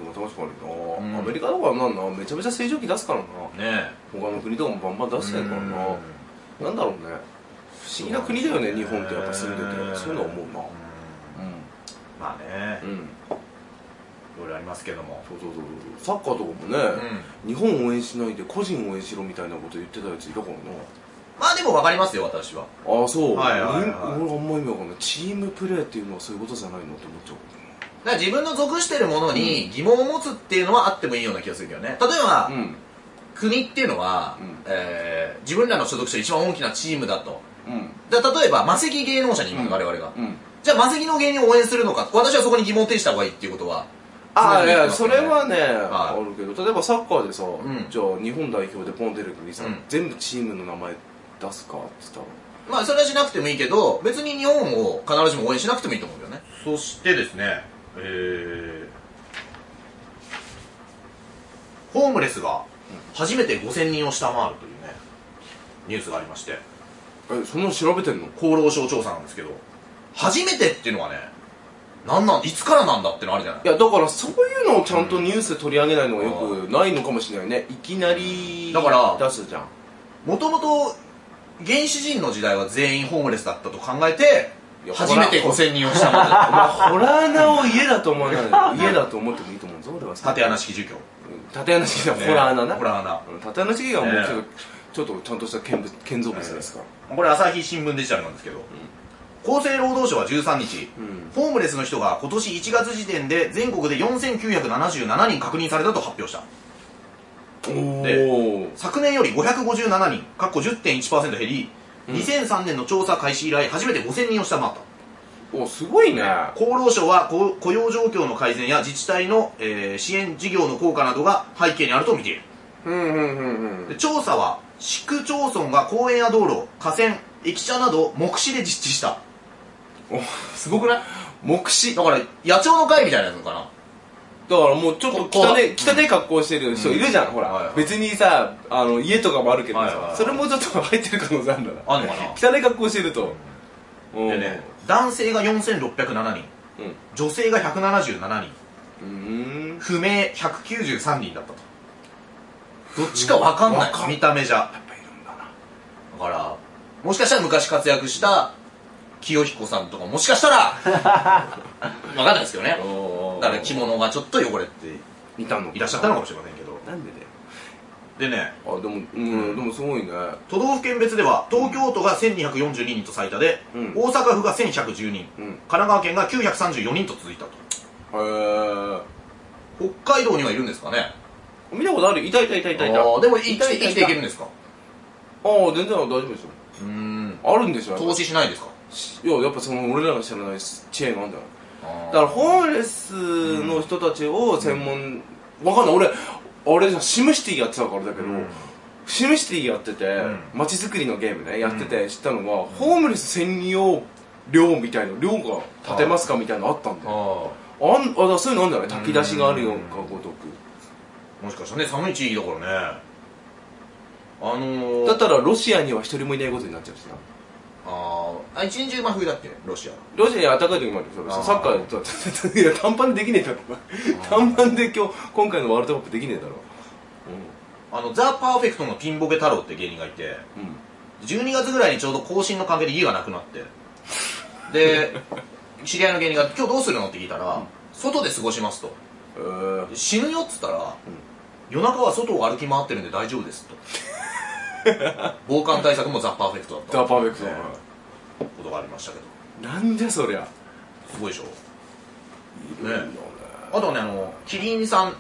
S2: も確かに
S1: ん
S2: なアメリカとかはなんなめちゃめちゃ正常期出すからな
S1: え。ね
S2: 他の国とかもバンバン
S1: え。
S2: 出してるからな
S1: うん
S2: なんだろうね不思議な国だよね日本ってやっぱ住んでてそういうの思うな
S1: まあね
S2: う、ん、うん、
S1: いろいろありますけども。
S2: そうそうそうそうサッカーとかもね、日本応援しないで個人応援しろみたいなこと言ってたやついたから
S1: まあでも分かりますよ、私は。
S2: なああそう、
S1: はいはいはい
S2: 俺俺あんま意味わかんないチームプレーっていうのはそういうことじゃないのって思っちゃう
S1: だから自分の属してるものに疑問を持つっていうのはあってもいいような気がするけどね。例えば、
S2: うん
S1: 国っていうのは、
S2: うん
S1: えー自分らの所属してる一番大きなチームだと。
S2: うん
S1: だから例えば、魔石芸能者に行く、
S2: うん
S1: 我々が。
S2: うん
S1: じゃあ、魔石の芸人を応援するのか。私はそこに疑問を呈した方がいいっていうことは。常
S2: ああ
S1: に言っ
S2: い
S1: て
S2: や
S1: ます
S2: そ
S1: よね
S2: れはね、
S1: はい
S2: あるけど例えばサッカーでさ、
S1: ん
S2: じゃあ日本代表でポン出る時にさ、
S1: うん
S2: 全部チームの名前出すかって言ったら
S1: まあ、それはしなくてもいいけど、別に日本を必ずしも応援しなくてもいいと思うけどね。そしてですね、えー、ホームレスが初めて5000人を下回るというね、ニュースがありまして、
S2: えそんなの調べてんの
S1: 厚労省調査なんですけど、初めてっていうのはね、なんなん、いつからなんだってのあるじゃない
S2: いやだからそういうのをちゃんとニュースで取り上げないのがよくないのかもしれないねいきなり
S1: だから
S2: 出すじゃん
S1: もともと、原始人の時代は全員ホームレスだったと考えて
S2: い、や
S1: 初めて5000人を下回る。
S2: お前 ホラーなを家だと思わない家だと思ってもいいと思うぞ俺は
S1: 縦穴式儒
S2: うん縦穴式だ
S1: 教。
S2: ホラーなな
S1: ホラー穴。
S2: うん縦穴式がもう
S1: ね
S2: ちょっとちょっとちゃんとした建物建造物ですから
S1: これ朝日新聞デジタルなんですけど、厚生労働省は13日、
S2: うん
S1: ホームレスの人が今年1月時点で全国で4977人確認されたと発表した
S2: お
S1: で
S2: ー
S1: 昨年より557人かっこ10.1%減り、
S2: うん
S1: 2003年の調査開始以来初めて5000人を下回った
S2: おすごいね
S1: 厚労省はこ雇用状況の改善や自治体の、えー支援事業の効果などが背景にあると見ている
S2: うんうんうんう
S1: で
S2: ん
S1: 調査は市区町村が公園や道路河川駅舎などを目視で実施した
S2: おすごくない目視
S1: だから野鳥の会みたいなのかな
S2: だからもうちょっと
S1: こ
S2: 汚い
S1: こ
S2: 汚い格好してる人いるじゃん、ほら、
S1: はいはい
S2: 別にさあの家とかもあるけどさ、
S1: はいはいはい
S2: それもちょっと入ってる可能性あるんだな
S1: あんのかな
S2: 汚い格好してると、うん
S1: でね男性が4607人
S2: うん
S1: 女性が177人
S2: うーん
S1: 不明193人だったとどっちかわかんない
S2: わかん
S1: 見た目じゃ
S2: やっぱいるんだな
S1: だからもしかしたら昔活躍した清彦さんとかもしか したらわかんないですけどねだから着物がちょっと汚れて
S2: いたの
S1: いらっしゃったのかもしれませんけど
S2: なんでだよ
S1: でね
S2: あでもうん、でもすごいね
S1: 都道府県別では東京都が1242人と最多で、
S2: うん
S1: 大阪府が1110人、
S2: うんへ
S1: 神奈川県が934人と続いたと
S2: え
S1: 北海道にはいるんですかね
S2: 見たことあるいたいたいたいたいた
S1: あーでも生き
S2: いたい
S1: て
S2: た
S1: 生きていけるんですか
S2: ああ全然大丈夫ですよ
S1: うーん
S2: あるんでしょ
S1: 投資しないですか
S2: いややっぱその俺らが知らない知恵があるんだよ
S1: だ
S2: だからホームレスの人たちを専門、わかんない俺あれじゃんシムシティやってたからだけど、シムシティやってて
S1: ん
S2: 街、づくりのゲームねやってて知ったのが、ホームレス専用寮みたいな寮が建てますかみたいなのあったんだよ
S1: あ
S2: あんあだからそういうのあんだよね炊き出しがあるよう
S1: うん
S2: かごとく
S1: あもしかしたらね寒い地域だからねあのー、
S2: だったらロシアには一人もいないことになっちゃうしな
S1: あーあ一日真冬だっけロシア
S2: ロシアに暖かい時もあるよそれ
S1: あー
S2: サッカーやった らいや短パンでできねえだろお前短パンで今日今回のワールドカップできねえだろ
S1: あのザ・パーフェクトのピンボケ太郎って芸人がいて
S2: うん、うん
S1: 12月ぐらいにちょうど更新の関係で家がなくなってで 知り合いの芸人が「今日どうするの?」って聞いたら「外で過ごします」と
S2: えー
S1: 「死ぬよ」っつったら、夜中は外を歩き回ってるんで大丈夫です」 と防寒対策もザ・パーフェクトだった
S2: ザ・パーフェクトだ
S1: ねことがありましたけど
S2: なんじゃそりゃ
S1: すごいでしょねあとはねあのキリンさん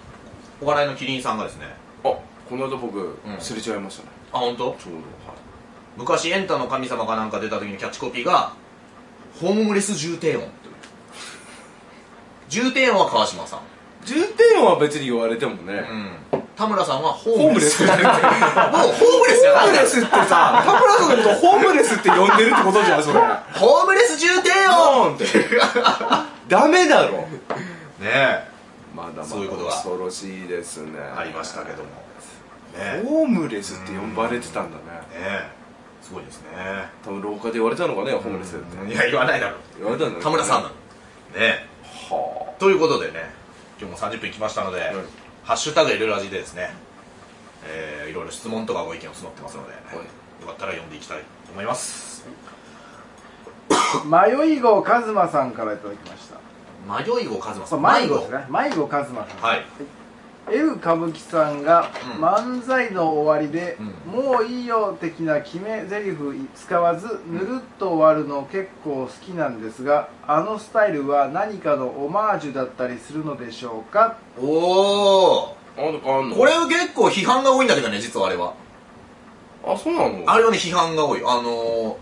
S1: お笑いのキリンさんがですね
S2: あこの間僕
S1: ん
S2: すれ違いましたね
S1: あ本当？
S2: ちょうどはい
S1: 昔エンタの神様かなんか出た時のキャッチコピーが「ホームレス重低音」という重低音は川島さん、
S2: 重点は別に言われてもね、
S1: うん、田村さんは ホー
S2: ホー
S1: ム
S2: ム
S1: レ
S2: レ
S1: ス
S2: スって言っ
S1: もう
S2: てホ
S1: ホームレスじゃな
S2: ー
S1: いん
S2: ム
S1: だ
S2: レ
S1: よ
S2: スってさ田村さんのことホームレスって呼んでるってことじゃ んそれ
S1: ホームレス重低音
S2: ドーンってダメだろ
S1: ねえ
S2: まだまだ
S1: そういうことが
S2: 恐ろしいですね
S1: ありましたけどもねえね
S2: ホームレスって呼ばれてたんだね
S1: えすごいですね
S2: 多分廊下で言われたのかねホームレスって
S1: いや言わないだろ
S2: 言われたんだね
S1: 田村さんなのねえ
S2: は
S1: ということでね今日も30分いきましたので、
S2: い
S1: ハッシュタグいろいろ味でですね、えーいろいろ質問とかご意見を募ってますので、よかったら読んでいきたいと思います
S3: 迷い子カズマさんからいただきました
S1: 迷い子和馬
S3: そ
S1: さ
S3: うん迷子ですね迷子カズマさん
S1: はい
S3: L 歌舞伎さんが
S1: うん
S3: 漫才の終わりで、
S1: うん
S3: もういいよ的な決め台詞使わずぬるっと終わるの結構好きなんですがあのスタイルは何かのオマージュだったりするのでしょうか
S1: おお
S2: あなんかあんの
S1: これは結構批判が多いんだけどね実はあれは
S2: あそうなの
S1: あれはね批判が多いあのー、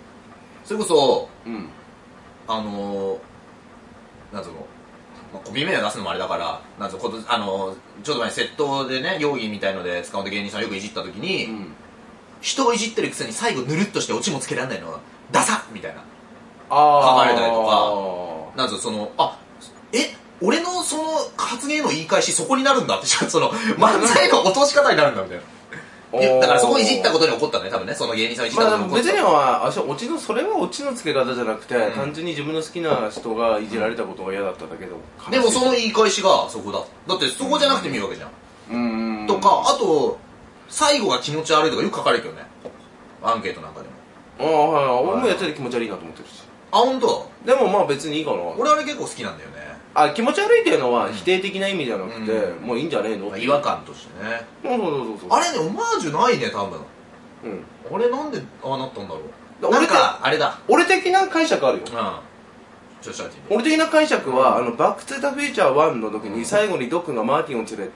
S1: それこそ
S2: うん
S1: あのー、なんつうのまあ、コピー名は出すのもあれだから、なんつうのこと、あのー、ちょっと前に窃盗でね、容疑みたいので使うんで芸人さんをよくいじったときに、
S2: うん
S1: 人をいじってるくせに最後ぬるっとしてオチもつけられないのはダサッみたいな
S2: あ
S1: 噛まれたりと
S2: と
S1: なんぞそのあえ俺のその発言の言い返しそこになるんだって その漫才の落とし方になるんだみたいないやだからそこいじったこととに怒ったんだよ多分ねその芸人さんいじっ
S2: ま
S1: た
S2: あ
S1: ことに怒っ
S2: でも別
S1: た、
S2: にはあそうオチのそれはオチのつけ方じゃなくて、
S1: うん
S2: 単純に自分の好きな人がいじられたことが嫌だっただけでも
S1: でもその
S2: 悲しい
S1: 言い返しがそこだだってそこじゃなくてもいいわけじゃん、
S2: うん
S1: とかあと最後が気持ち悪いとかよく書かれるよねアンケートなんかでも
S2: ああはい俺もやってて気持ち悪いなと思ってるし
S1: あ本当
S2: でもまあ別にいいかな
S1: 俺あれ結構好きなんだよね
S2: あ気持ち悪いっていうのは否定的な意味じゃなくて、
S1: う
S2: もういいんじゃねえの
S1: まあ違和感としてね
S2: そうそうそうそ
S1: あ
S2: う
S1: れねオマージュないね多分
S2: うん、
S1: あれなんでああなったんだろう
S2: 俺
S1: な
S2: っ
S1: ん
S2: て
S1: かあれだ
S2: 俺的な解釈あるよ
S1: うんちょっとシャーティン
S2: 俺的な解釈は「あのバック・トゥ・ザ・フューチャー1」の時に最後にドックがマーティンを連
S1: う
S2: れ
S1: ん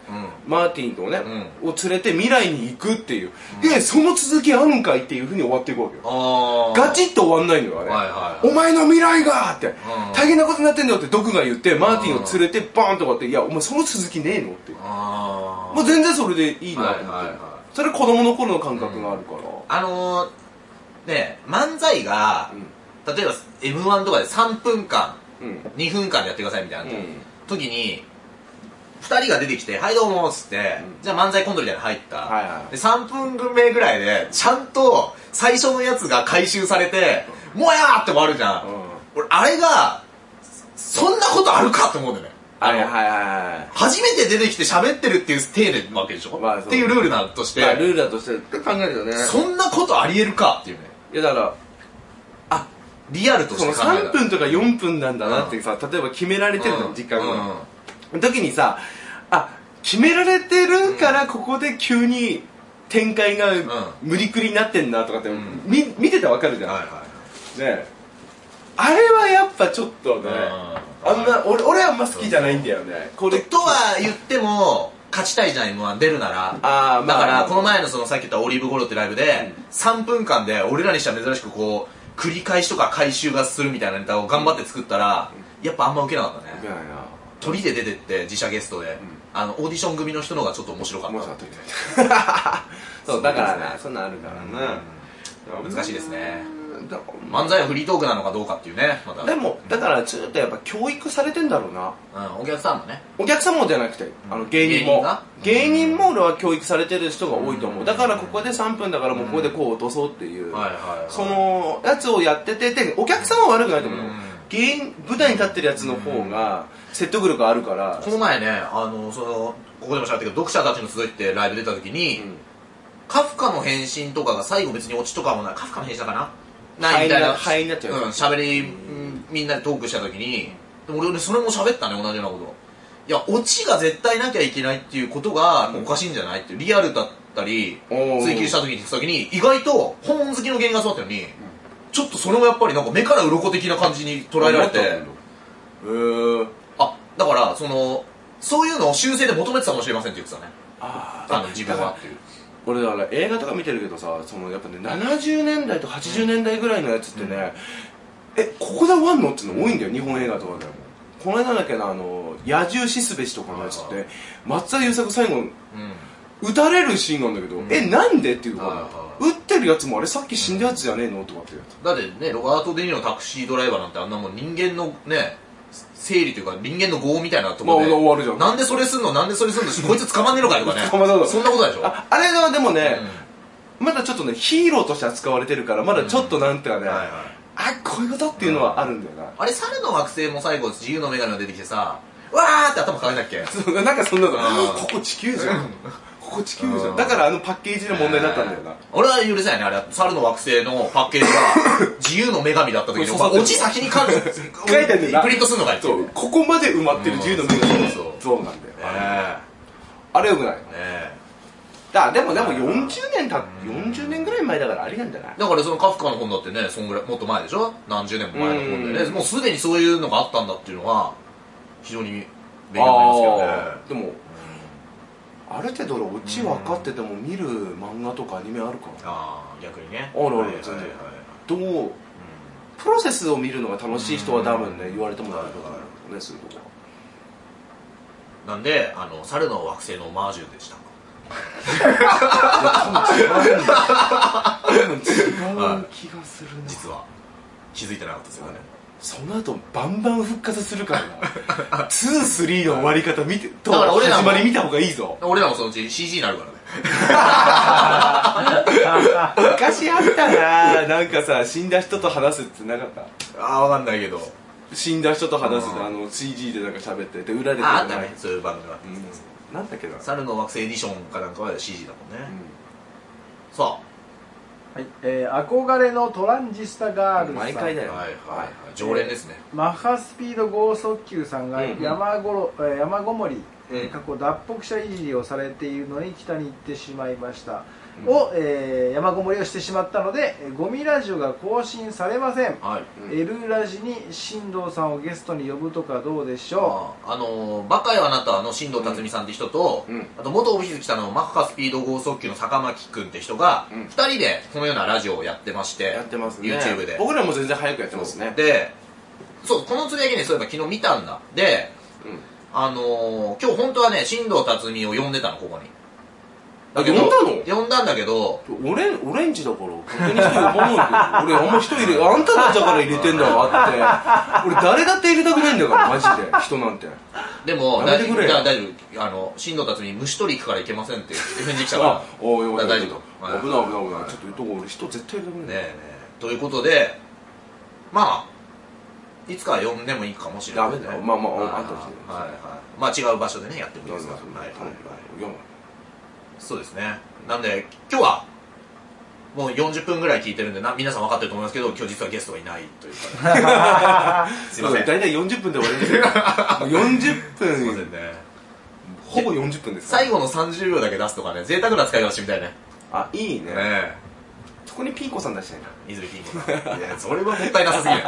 S2: マーティンとね、を連れて未来に行くっていう、
S1: うん
S2: でその続きあるんかいっていうふうに終わっていくわけよ
S1: ああ
S2: ガチッと終わんないのよあれ、
S1: はいはいはい
S2: お前の未来がって、
S1: ん
S2: 大変なことになってんだよってドクが言ってマーティンを連れてバーンとかって「いやお前その続きねえの?」って
S1: ああ
S2: もう全然それでいいなと思って、
S1: はいはいはい
S2: それ子供の頃の感覚があるから、
S1: あのー、ね漫才が、例えば m 1とかで3分間
S2: うん
S1: 2分間でやってくださいみたいな、
S2: うん
S1: 時に2人が出てきて「はいどうも」っつって、じゃあ漫才コントみたいなの入った、
S2: はいはい
S1: で3分目ぐらいでちゃんと最初のやつが回収されて「もやー!」って終わるじゃん、
S2: うん
S1: 俺あれがそんなことあるかって思うんだよね
S2: はいはい
S1: の
S2: はいは
S1: 初めて出てきて喋ってるっていう体でわけでしょ、
S2: まあそう
S1: っていうルールなんとし
S2: い
S1: て、
S2: まあルールだとして考えるとね
S1: そんなことありえるかっていうね
S2: いやだから
S1: あリアルとし
S2: そ
S1: て
S2: の
S1: 考えた
S2: 3分とか4分なんだなってさ例えば決められてるの時間
S1: うん
S2: が時にさあ決められてるからここで急に展開が無理くりになってんなとかって、
S1: ん
S2: み見ててわかるじゃん、
S1: はい
S2: ね
S1: は
S2: えあれはやっぱちょっとね、
S1: い
S2: あん
S1: は
S2: ま俺俺はあんま好きじゃないんだよねこ
S1: いとは言っても勝ちたいじゃん m 1出るなら
S2: あーまあ
S1: だからこの前のそのさっき言ったオリーブゴロってライブで、
S2: うん
S1: 3分間で俺らにしては珍しくこう繰り返しとか回収がするみたいなネタを頑張って作ったら、やっぱあんま受けなかったね、
S2: いやいや
S1: 鳥で出てって自社ゲストで、あのオーディション組の人の方がちょっと面白かった
S2: 面白かった みたいなそうだからねそんなんあるからな、
S1: 難しいですね
S2: だ
S1: 漫才はフリートークなのかどうかっていうねまた
S2: でもだからちょっとやっぱ教育されてんだろうな
S1: うん、お客さんもね
S2: お客様じゃなくてあの芸人も
S1: 芸
S2: 芸
S1: 人
S2: 人
S1: が
S2: も俺は教育されてる人が多いと思う、
S1: うん
S2: だからここで3分だからもうここでこう落とそうっていう、
S1: はいはいはい
S2: そのやつをやっててでお客様は悪くないと思う、
S1: うん
S2: 芸人舞台に立ってるやつの方が説得力あるから、
S1: この前ねあのそのここでも喋ったけど読者たちの集いってライブ出た時に、
S2: うん
S1: カフカの返信とかが最後別にオチとかもないカフカの返信だかなない
S2: 灰
S1: み
S2: に
S1: た
S2: な
S1: いな
S2: 灰になっちゃう
S1: うん、喋りうんみんなでトークした時にでも俺俺それも喋ったね同じようなこといやオチが絶対なきゃいけないっていうことがおかしいんじゃないっていうリアルだったり
S2: おー
S1: 追求した時に時に意外と本好きの芸人が集まったのに、ちょっとそれもやっぱりなんか目から鱗的な感じに捉えられて
S2: えー、
S1: あだからそのそういうのを修正で求めてたかもしれませんって言ってたね
S2: あー
S1: あの自分はっていう
S2: 俺だから映画とか見てるけどさそのやっぱね70年代と80年代ぐらいのやつってね、えここで終わんのっていうの多いんだよ日本映画とかでもこの間だっけなあの「野獣しすべし」とかのやつっ
S1: は
S2: て松田優作最後
S1: うん
S2: 撃たれるシーンなんだけど、
S1: ん
S2: えなんでっていう
S1: はい
S2: か
S1: は
S2: 撃ってるやつもあれさっき死んだやつじゃねえのとかっていう
S1: だってねロバート・デ・ニーロのタクシードライバーなんてあんなもん人間のね生理というか人間の業みたいなところで、
S2: まあ終わるじゃん
S1: なんでそれすんのなんでそれすんのこいつ捕まんねえのかよとかね
S2: 捕まんねえのか
S1: そんなことないでしょ
S2: ああれはでもね
S1: うん、
S2: まだちょっとねヒーローとして扱われてるからまだちょっとなんていうかね、
S1: はいはい
S2: あこういうことっていうのはあるんだよな、
S1: あれ猿の惑星も最後自由の女神が出てきてさわーって頭抱えなっけ
S2: そうなんかそんなの
S1: あー
S2: ここ地球じゃんここ地球じゃ
S1: うん
S2: んだからあのパッケージの問題だったんだよな、
S1: 俺は許せないねあれ猿の惑星のパッケージ が自由の女神だった時に
S2: そう
S1: お
S2: そう
S1: 前オチ先に書く
S2: 書いてんだよな
S1: プリントすんのかいってい
S2: そうう
S1: ね
S2: ここまで埋まってる自由の女神の
S1: そうそう
S2: 像なんだよ、
S1: え
S2: あれよくない
S1: ねえ
S2: だでもでも40年た40年ぐらい前だからありなんじゃない
S1: だからそのカフカの本だってねそんぐらいもっと前でしょ何十年も前の本でね
S2: うん
S1: もうすでにそういうのがあったんだっていうのは非常に勉強になりま
S2: あ
S1: す
S2: ーでもある程度俺オチ分かってても見る漫画とかアニメあるから
S1: けどねああ逆にね
S2: あるある
S1: はいはいはい
S2: 全然どうプロセスを見るのが楽しい人は多分ね言われてもらえるからねそう いうとこ
S1: なんであの猿の惑星のオマージュでした
S2: は多分違う気がするな
S1: 実は気づいてなかったですよね
S2: その後バンバン復活するからな2-3の終わり方見てと
S1: だから俺らも
S2: 始まり見た方がいいぞ
S1: 俺らもそのうち CG になるからね
S2: 昔あ ったななんかさ死んだ人と話すってなかった
S1: ああ分かんないけど
S2: 死んだ人と話す
S1: うん
S2: あの CG でなんか喋ってて裏で
S1: ああったねそういう番組が
S2: うんなんだっけな
S1: 猿の惑星エディションかなんかは CG だもんねさ
S3: はいえー憧れのトランジスタガールズさん
S2: 毎回だ
S1: あ
S2: よ
S1: はいはいはい常連ですね
S3: マッハスピード剛速球さんが
S2: うんうん
S3: 山ごろ、えー山ごもり、えー
S1: うん
S3: 過去脱北者いじりをされているのに北に行ってしまいました、
S2: うん
S3: を、えー山ごもりをしてしまったのでえーゴミラジオが更新されません、
S1: はい
S2: うん
S3: エルラジに進藤さんをゲストに呼ぶとかどうでしょ
S1: ああのー、バカよあなたの新藤辰巳さんって人と、
S2: うん
S1: あと元帯月さんのマッハスピード剛速球の坂巻くんって人が、
S2: うん
S1: 2人でこのようなラジオをやってまして
S2: やってますね
S1: YouTube で
S2: 僕らも全然早くやってますね
S1: でそうこのつぶやきねそういえば昨日見たんだで
S2: うん
S1: あのー、今日本当はね新藤辰巳を呼んでたのここに
S2: 呼ん
S1: の呼んだんだけど
S2: 俺オレンジだから勝手に人呼ばない で俺あんま人入れあんたたちだから入れてんだわって俺誰だって入れたくないんだからマジで人なんて
S1: でも
S2: やめてくれ
S1: 大
S2: よ
S1: 丈夫大丈夫あの進藤辰巳虫取り行くから行けませんって返事来たから
S2: あ、おいおいお
S1: 大
S2: い
S1: 丈夫
S2: 危ない危ない危ないちょっと言っとこう俺人絶対入れ
S1: ね
S2: な
S1: え
S2: い
S1: ねえということでまあいつか呼んでもいいかもしれない
S2: ダメだよまあまあ
S1: はい
S2: あったかもしれない
S1: はいはいまあ違う場所でねやってもいいで
S2: 頼み
S1: すか
S2: ま
S1: らはい
S2: す
S1: はい
S2: 頼む頼む
S1: そうですねなんで今日はもう40分ぐらい聞いてるんでな皆さん分かってると思いますけど今日実はゲストがいないという かすいません
S2: 大体40分で終わ りですよ40
S1: すいませ
S2: 分
S1: んね
S2: ほぼ40分ですから
S1: 最後の30秒だけ出すとかね贅沢な使い方してみたいね
S2: あいいね
S1: ね
S2: そこにピンコさん出したいな
S1: え水木金子さんいやそれはもったいなさすぎるね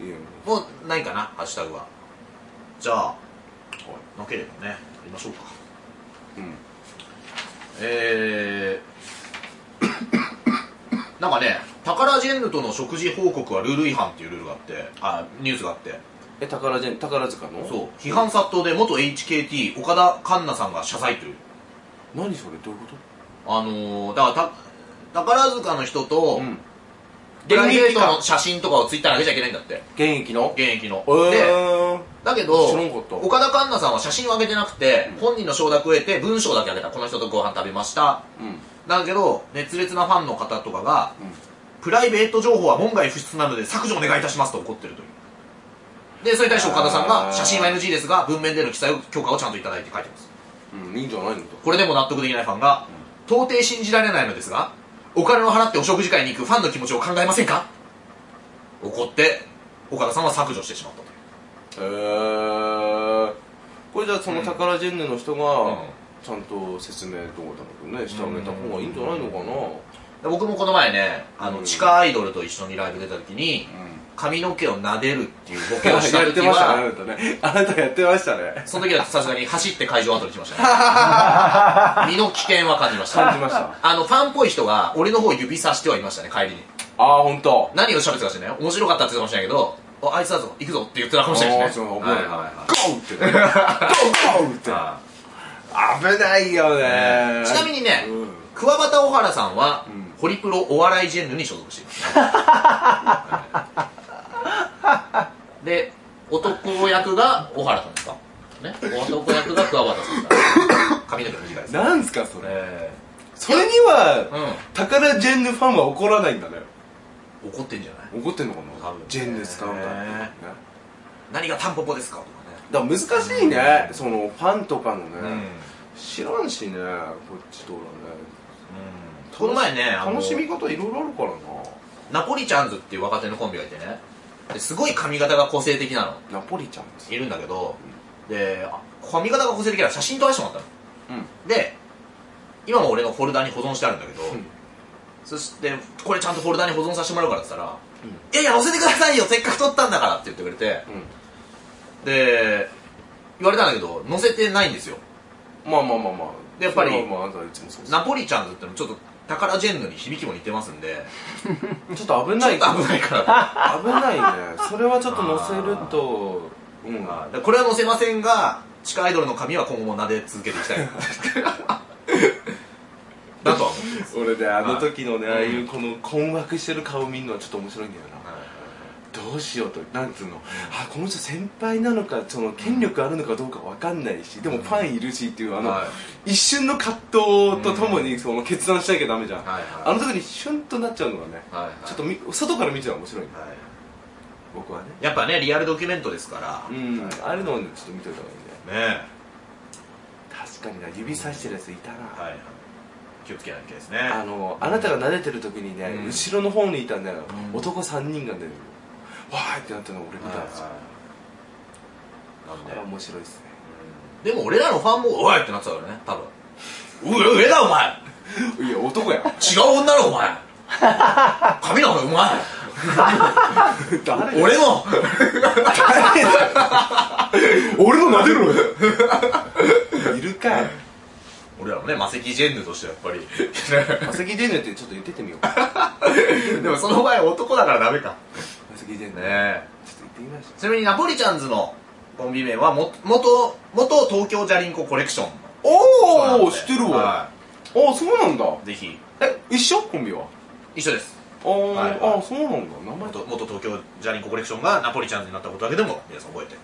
S1: え
S2: いいよ
S1: もうないかなハッシュタグはじゃあなければねやりましょうか
S2: うん
S1: えー なんかねタカラジェンヌとの食事報告はルール違反っていうルールがあってあニュースがあって
S2: え宝ジェン宝塚の
S1: そう批判殺到で元 HKT 岡田環奈さんが謝罪という
S2: 何それどういうこ
S1: あのー、だからた宝塚の人と、
S2: とうん
S1: プライベートの写真とかをツイッターに上げちゃいけないんだって
S2: 現役の
S1: 現役の、
S2: えー
S1: でだけど
S2: 知らんかった
S1: 岡田環奈さんは写真を上げてなくて、本人の承諾を得て文章だけ上げたこの人とご飯食べました
S2: うん
S1: だけど熱烈なファンの方とかが、
S2: うん
S1: プライベート情報は門外不出なので削除お願いいたしますと怒ってるというでそれに対して岡田さん
S2: あ
S1: が
S2: ー
S1: 写真は NG ですが文面での記載を許可をちゃんといただいて書いてます
S2: うんいいんじゃないのと
S1: これでも納得できないファンが、到底信じられないのですがお金を払ってお食事会に行くファンの気持ちを考えませんか怒って岡田さんは削除してしまったと
S2: へーこれじゃあその宝ジェンヌの人が
S1: うん
S2: ちゃんと説明どうだろうねしてあげた方がいいんじゃないのかな
S1: で僕もこの前ねあの、
S2: うん
S1: 地下アイドルと一緒にライブ出た時に髪の毛を撫でるっていうボケをした
S2: やっ
S1: 時
S2: てましたねあ
S1: は
S2: なたねあなたやってましたね
S1: その時はさすがに走って会場後に来ましたね身の危険は感じました
S2: 感じました
S1: あのファンっぽい人が俺の方を指さしてはいましたね帰りに
S2: ああ本当。
S1: 何を喋ってたか知らない面白かったって言ってたかもしれないけどおあいつだぞ行くぞって言ってたか
S2: あ
S1: もしれない
S2: ー
S1: です
S2: そう
S1: ね
S2: 危
S1: は
S2: ないい
S1: はいはい
S2: ゴーってねゴーゴーって
S1: あ
S2: 危ないよね
S1: ーちなみにね、
S2: うん
S1: 桑畑小原さんは、
S2: うん
S1: ホリプロお笑いジェンヌに所属しています、はいで男役が小原さんですかね男役が桑畑さんですから髪の毛短いですね
S2: なんすかそれ
S1: え
S2: それには
S1: う
S2: 宝ジェンヌファンは怒らないんだね
S1: ん怒ってんじゃない
S2: 怒ってんのかな
S1: 多分
S2: ジェンヌ使うんだってね
S1: ね何がタンポポですかとか
S2: だから難しいねそのファンとか
S1: ね
S2: のね知らんしねこっちとらね
S1: この前ねあの
S2: 楽しみ方いろいろあるからな
S1: ナポリちゃんズっていう若手のコンビがいてねですごい髪型が個性的なの
S2: ナポリちゃんです
S1: いるんだけど、であ髪型が個性的なら写真撮らせてもらったの、で今も俺のフォルダに保存してあるんだけど、
S2: ん
S1: そしてこれちゃんとフォルダに保存させてもらうからって言ったら、いやいや載せてくださいよせっかく撮ったんだからって言ってくれて
S2: う
S1: で言われたんだけど載せてないんですよ
S2: んまあまあまあまあ
S1: でやっぱり
S2: それはまああんたいつもそうです
S1: ナポリちゃんズってのちょっと宝ジェンヌに響きも似てますんで
S2: ちょっと危
S1: ち
S2: な
S1: ょっ
S2: い
S1: と危ないから
S2: 危ないねそれはちょっと載せるとうん
S1: とでこれは載せませんが地下アイドルの髪は今後も撫で続けてい きたいだとは思ってます
S2: 俺ねあの時のね
S1: は
S2: あ
S1: い
S2: あいうこの困惑してる顔見るのはちょっと面白いんだよなどうしようとなんつうのあこの人先輩なのかその権力あるのかどうかわかんないしでもファンいるしっていうあの
S1: は
S2: 一瞬の葛藤とともにその決断しなきゃダメじゃん
S1: はいはい
S2: あの時にシュンとなっちゃうのがね
S1: はいはい
S2: ちょっとみ外から見てたら面白いね
S1: はい
S2: 僕はね
S1: やっぱねリアルドキュメントですから
S2: う
S1: ね
S2: んあれのをねちょっと見といた方がいいね
S1: え
S2: 確かにな指さしてるやついたな
S1: はいはい気をつけなきゃいけないです
S2: あ
S1: ね
S2: のあなたが撫でてる時にね、
S1: うん
S2: 後ろの方にいたんだよ、
S1: うん
S2: 男3人がねわーってなったの俺見
S1: はい
S2: たんですよ、
S1: はい
S2: あれ
S1: なん
S2: は
S1: で
S2: 面白いですね
S1: でも俺らのファンも「おい!」ってなってたからね多分「う上だお前
S2: いや男や
S1: 違う女だお前髪のお前
S2: 誰
S1: 俺の
S2: 俺の撫でるのいるかい
S1: 俺らもねマセキジェンヌとしてはやっぱり
S2: マセキジェンヌってちょっと言ってってみようマ
S1: でもその前男だからダメか
S2: セキジェン
S1: ね
S2: ヌ、
S1: え
S2: ちょっと言ってみましょ
S1: ちなみにナポリちゃんズのコンビ名はも元元東京じゃりんこコレクション
S2: う
S1: な
S2: お
S1: の
S2: お
S1: で
S2: 知ってるわ
S1: は
S2: ああそうなんだ
S1: いぜひ
S2: え一緒コンビは
S1: 一緒です
S2: あ、ー
S1: はい
S2: あそうなんだ名前と
S1: 元元東京ジャリンココレクションがナポリちゃんになったことだけでも皆さん覚えてい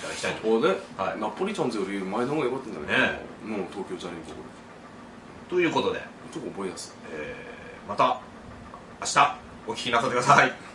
S1: ただききたいと
S2: あれ、
S1: はい
S2: ナポリタンズより前の方が良かったんじゃない
S1: ね
S2: もう東京じゃねえかこ
S1: ということで、
S2: れちょっと覚えやすい
S1: えーまた明日お聞きなさってください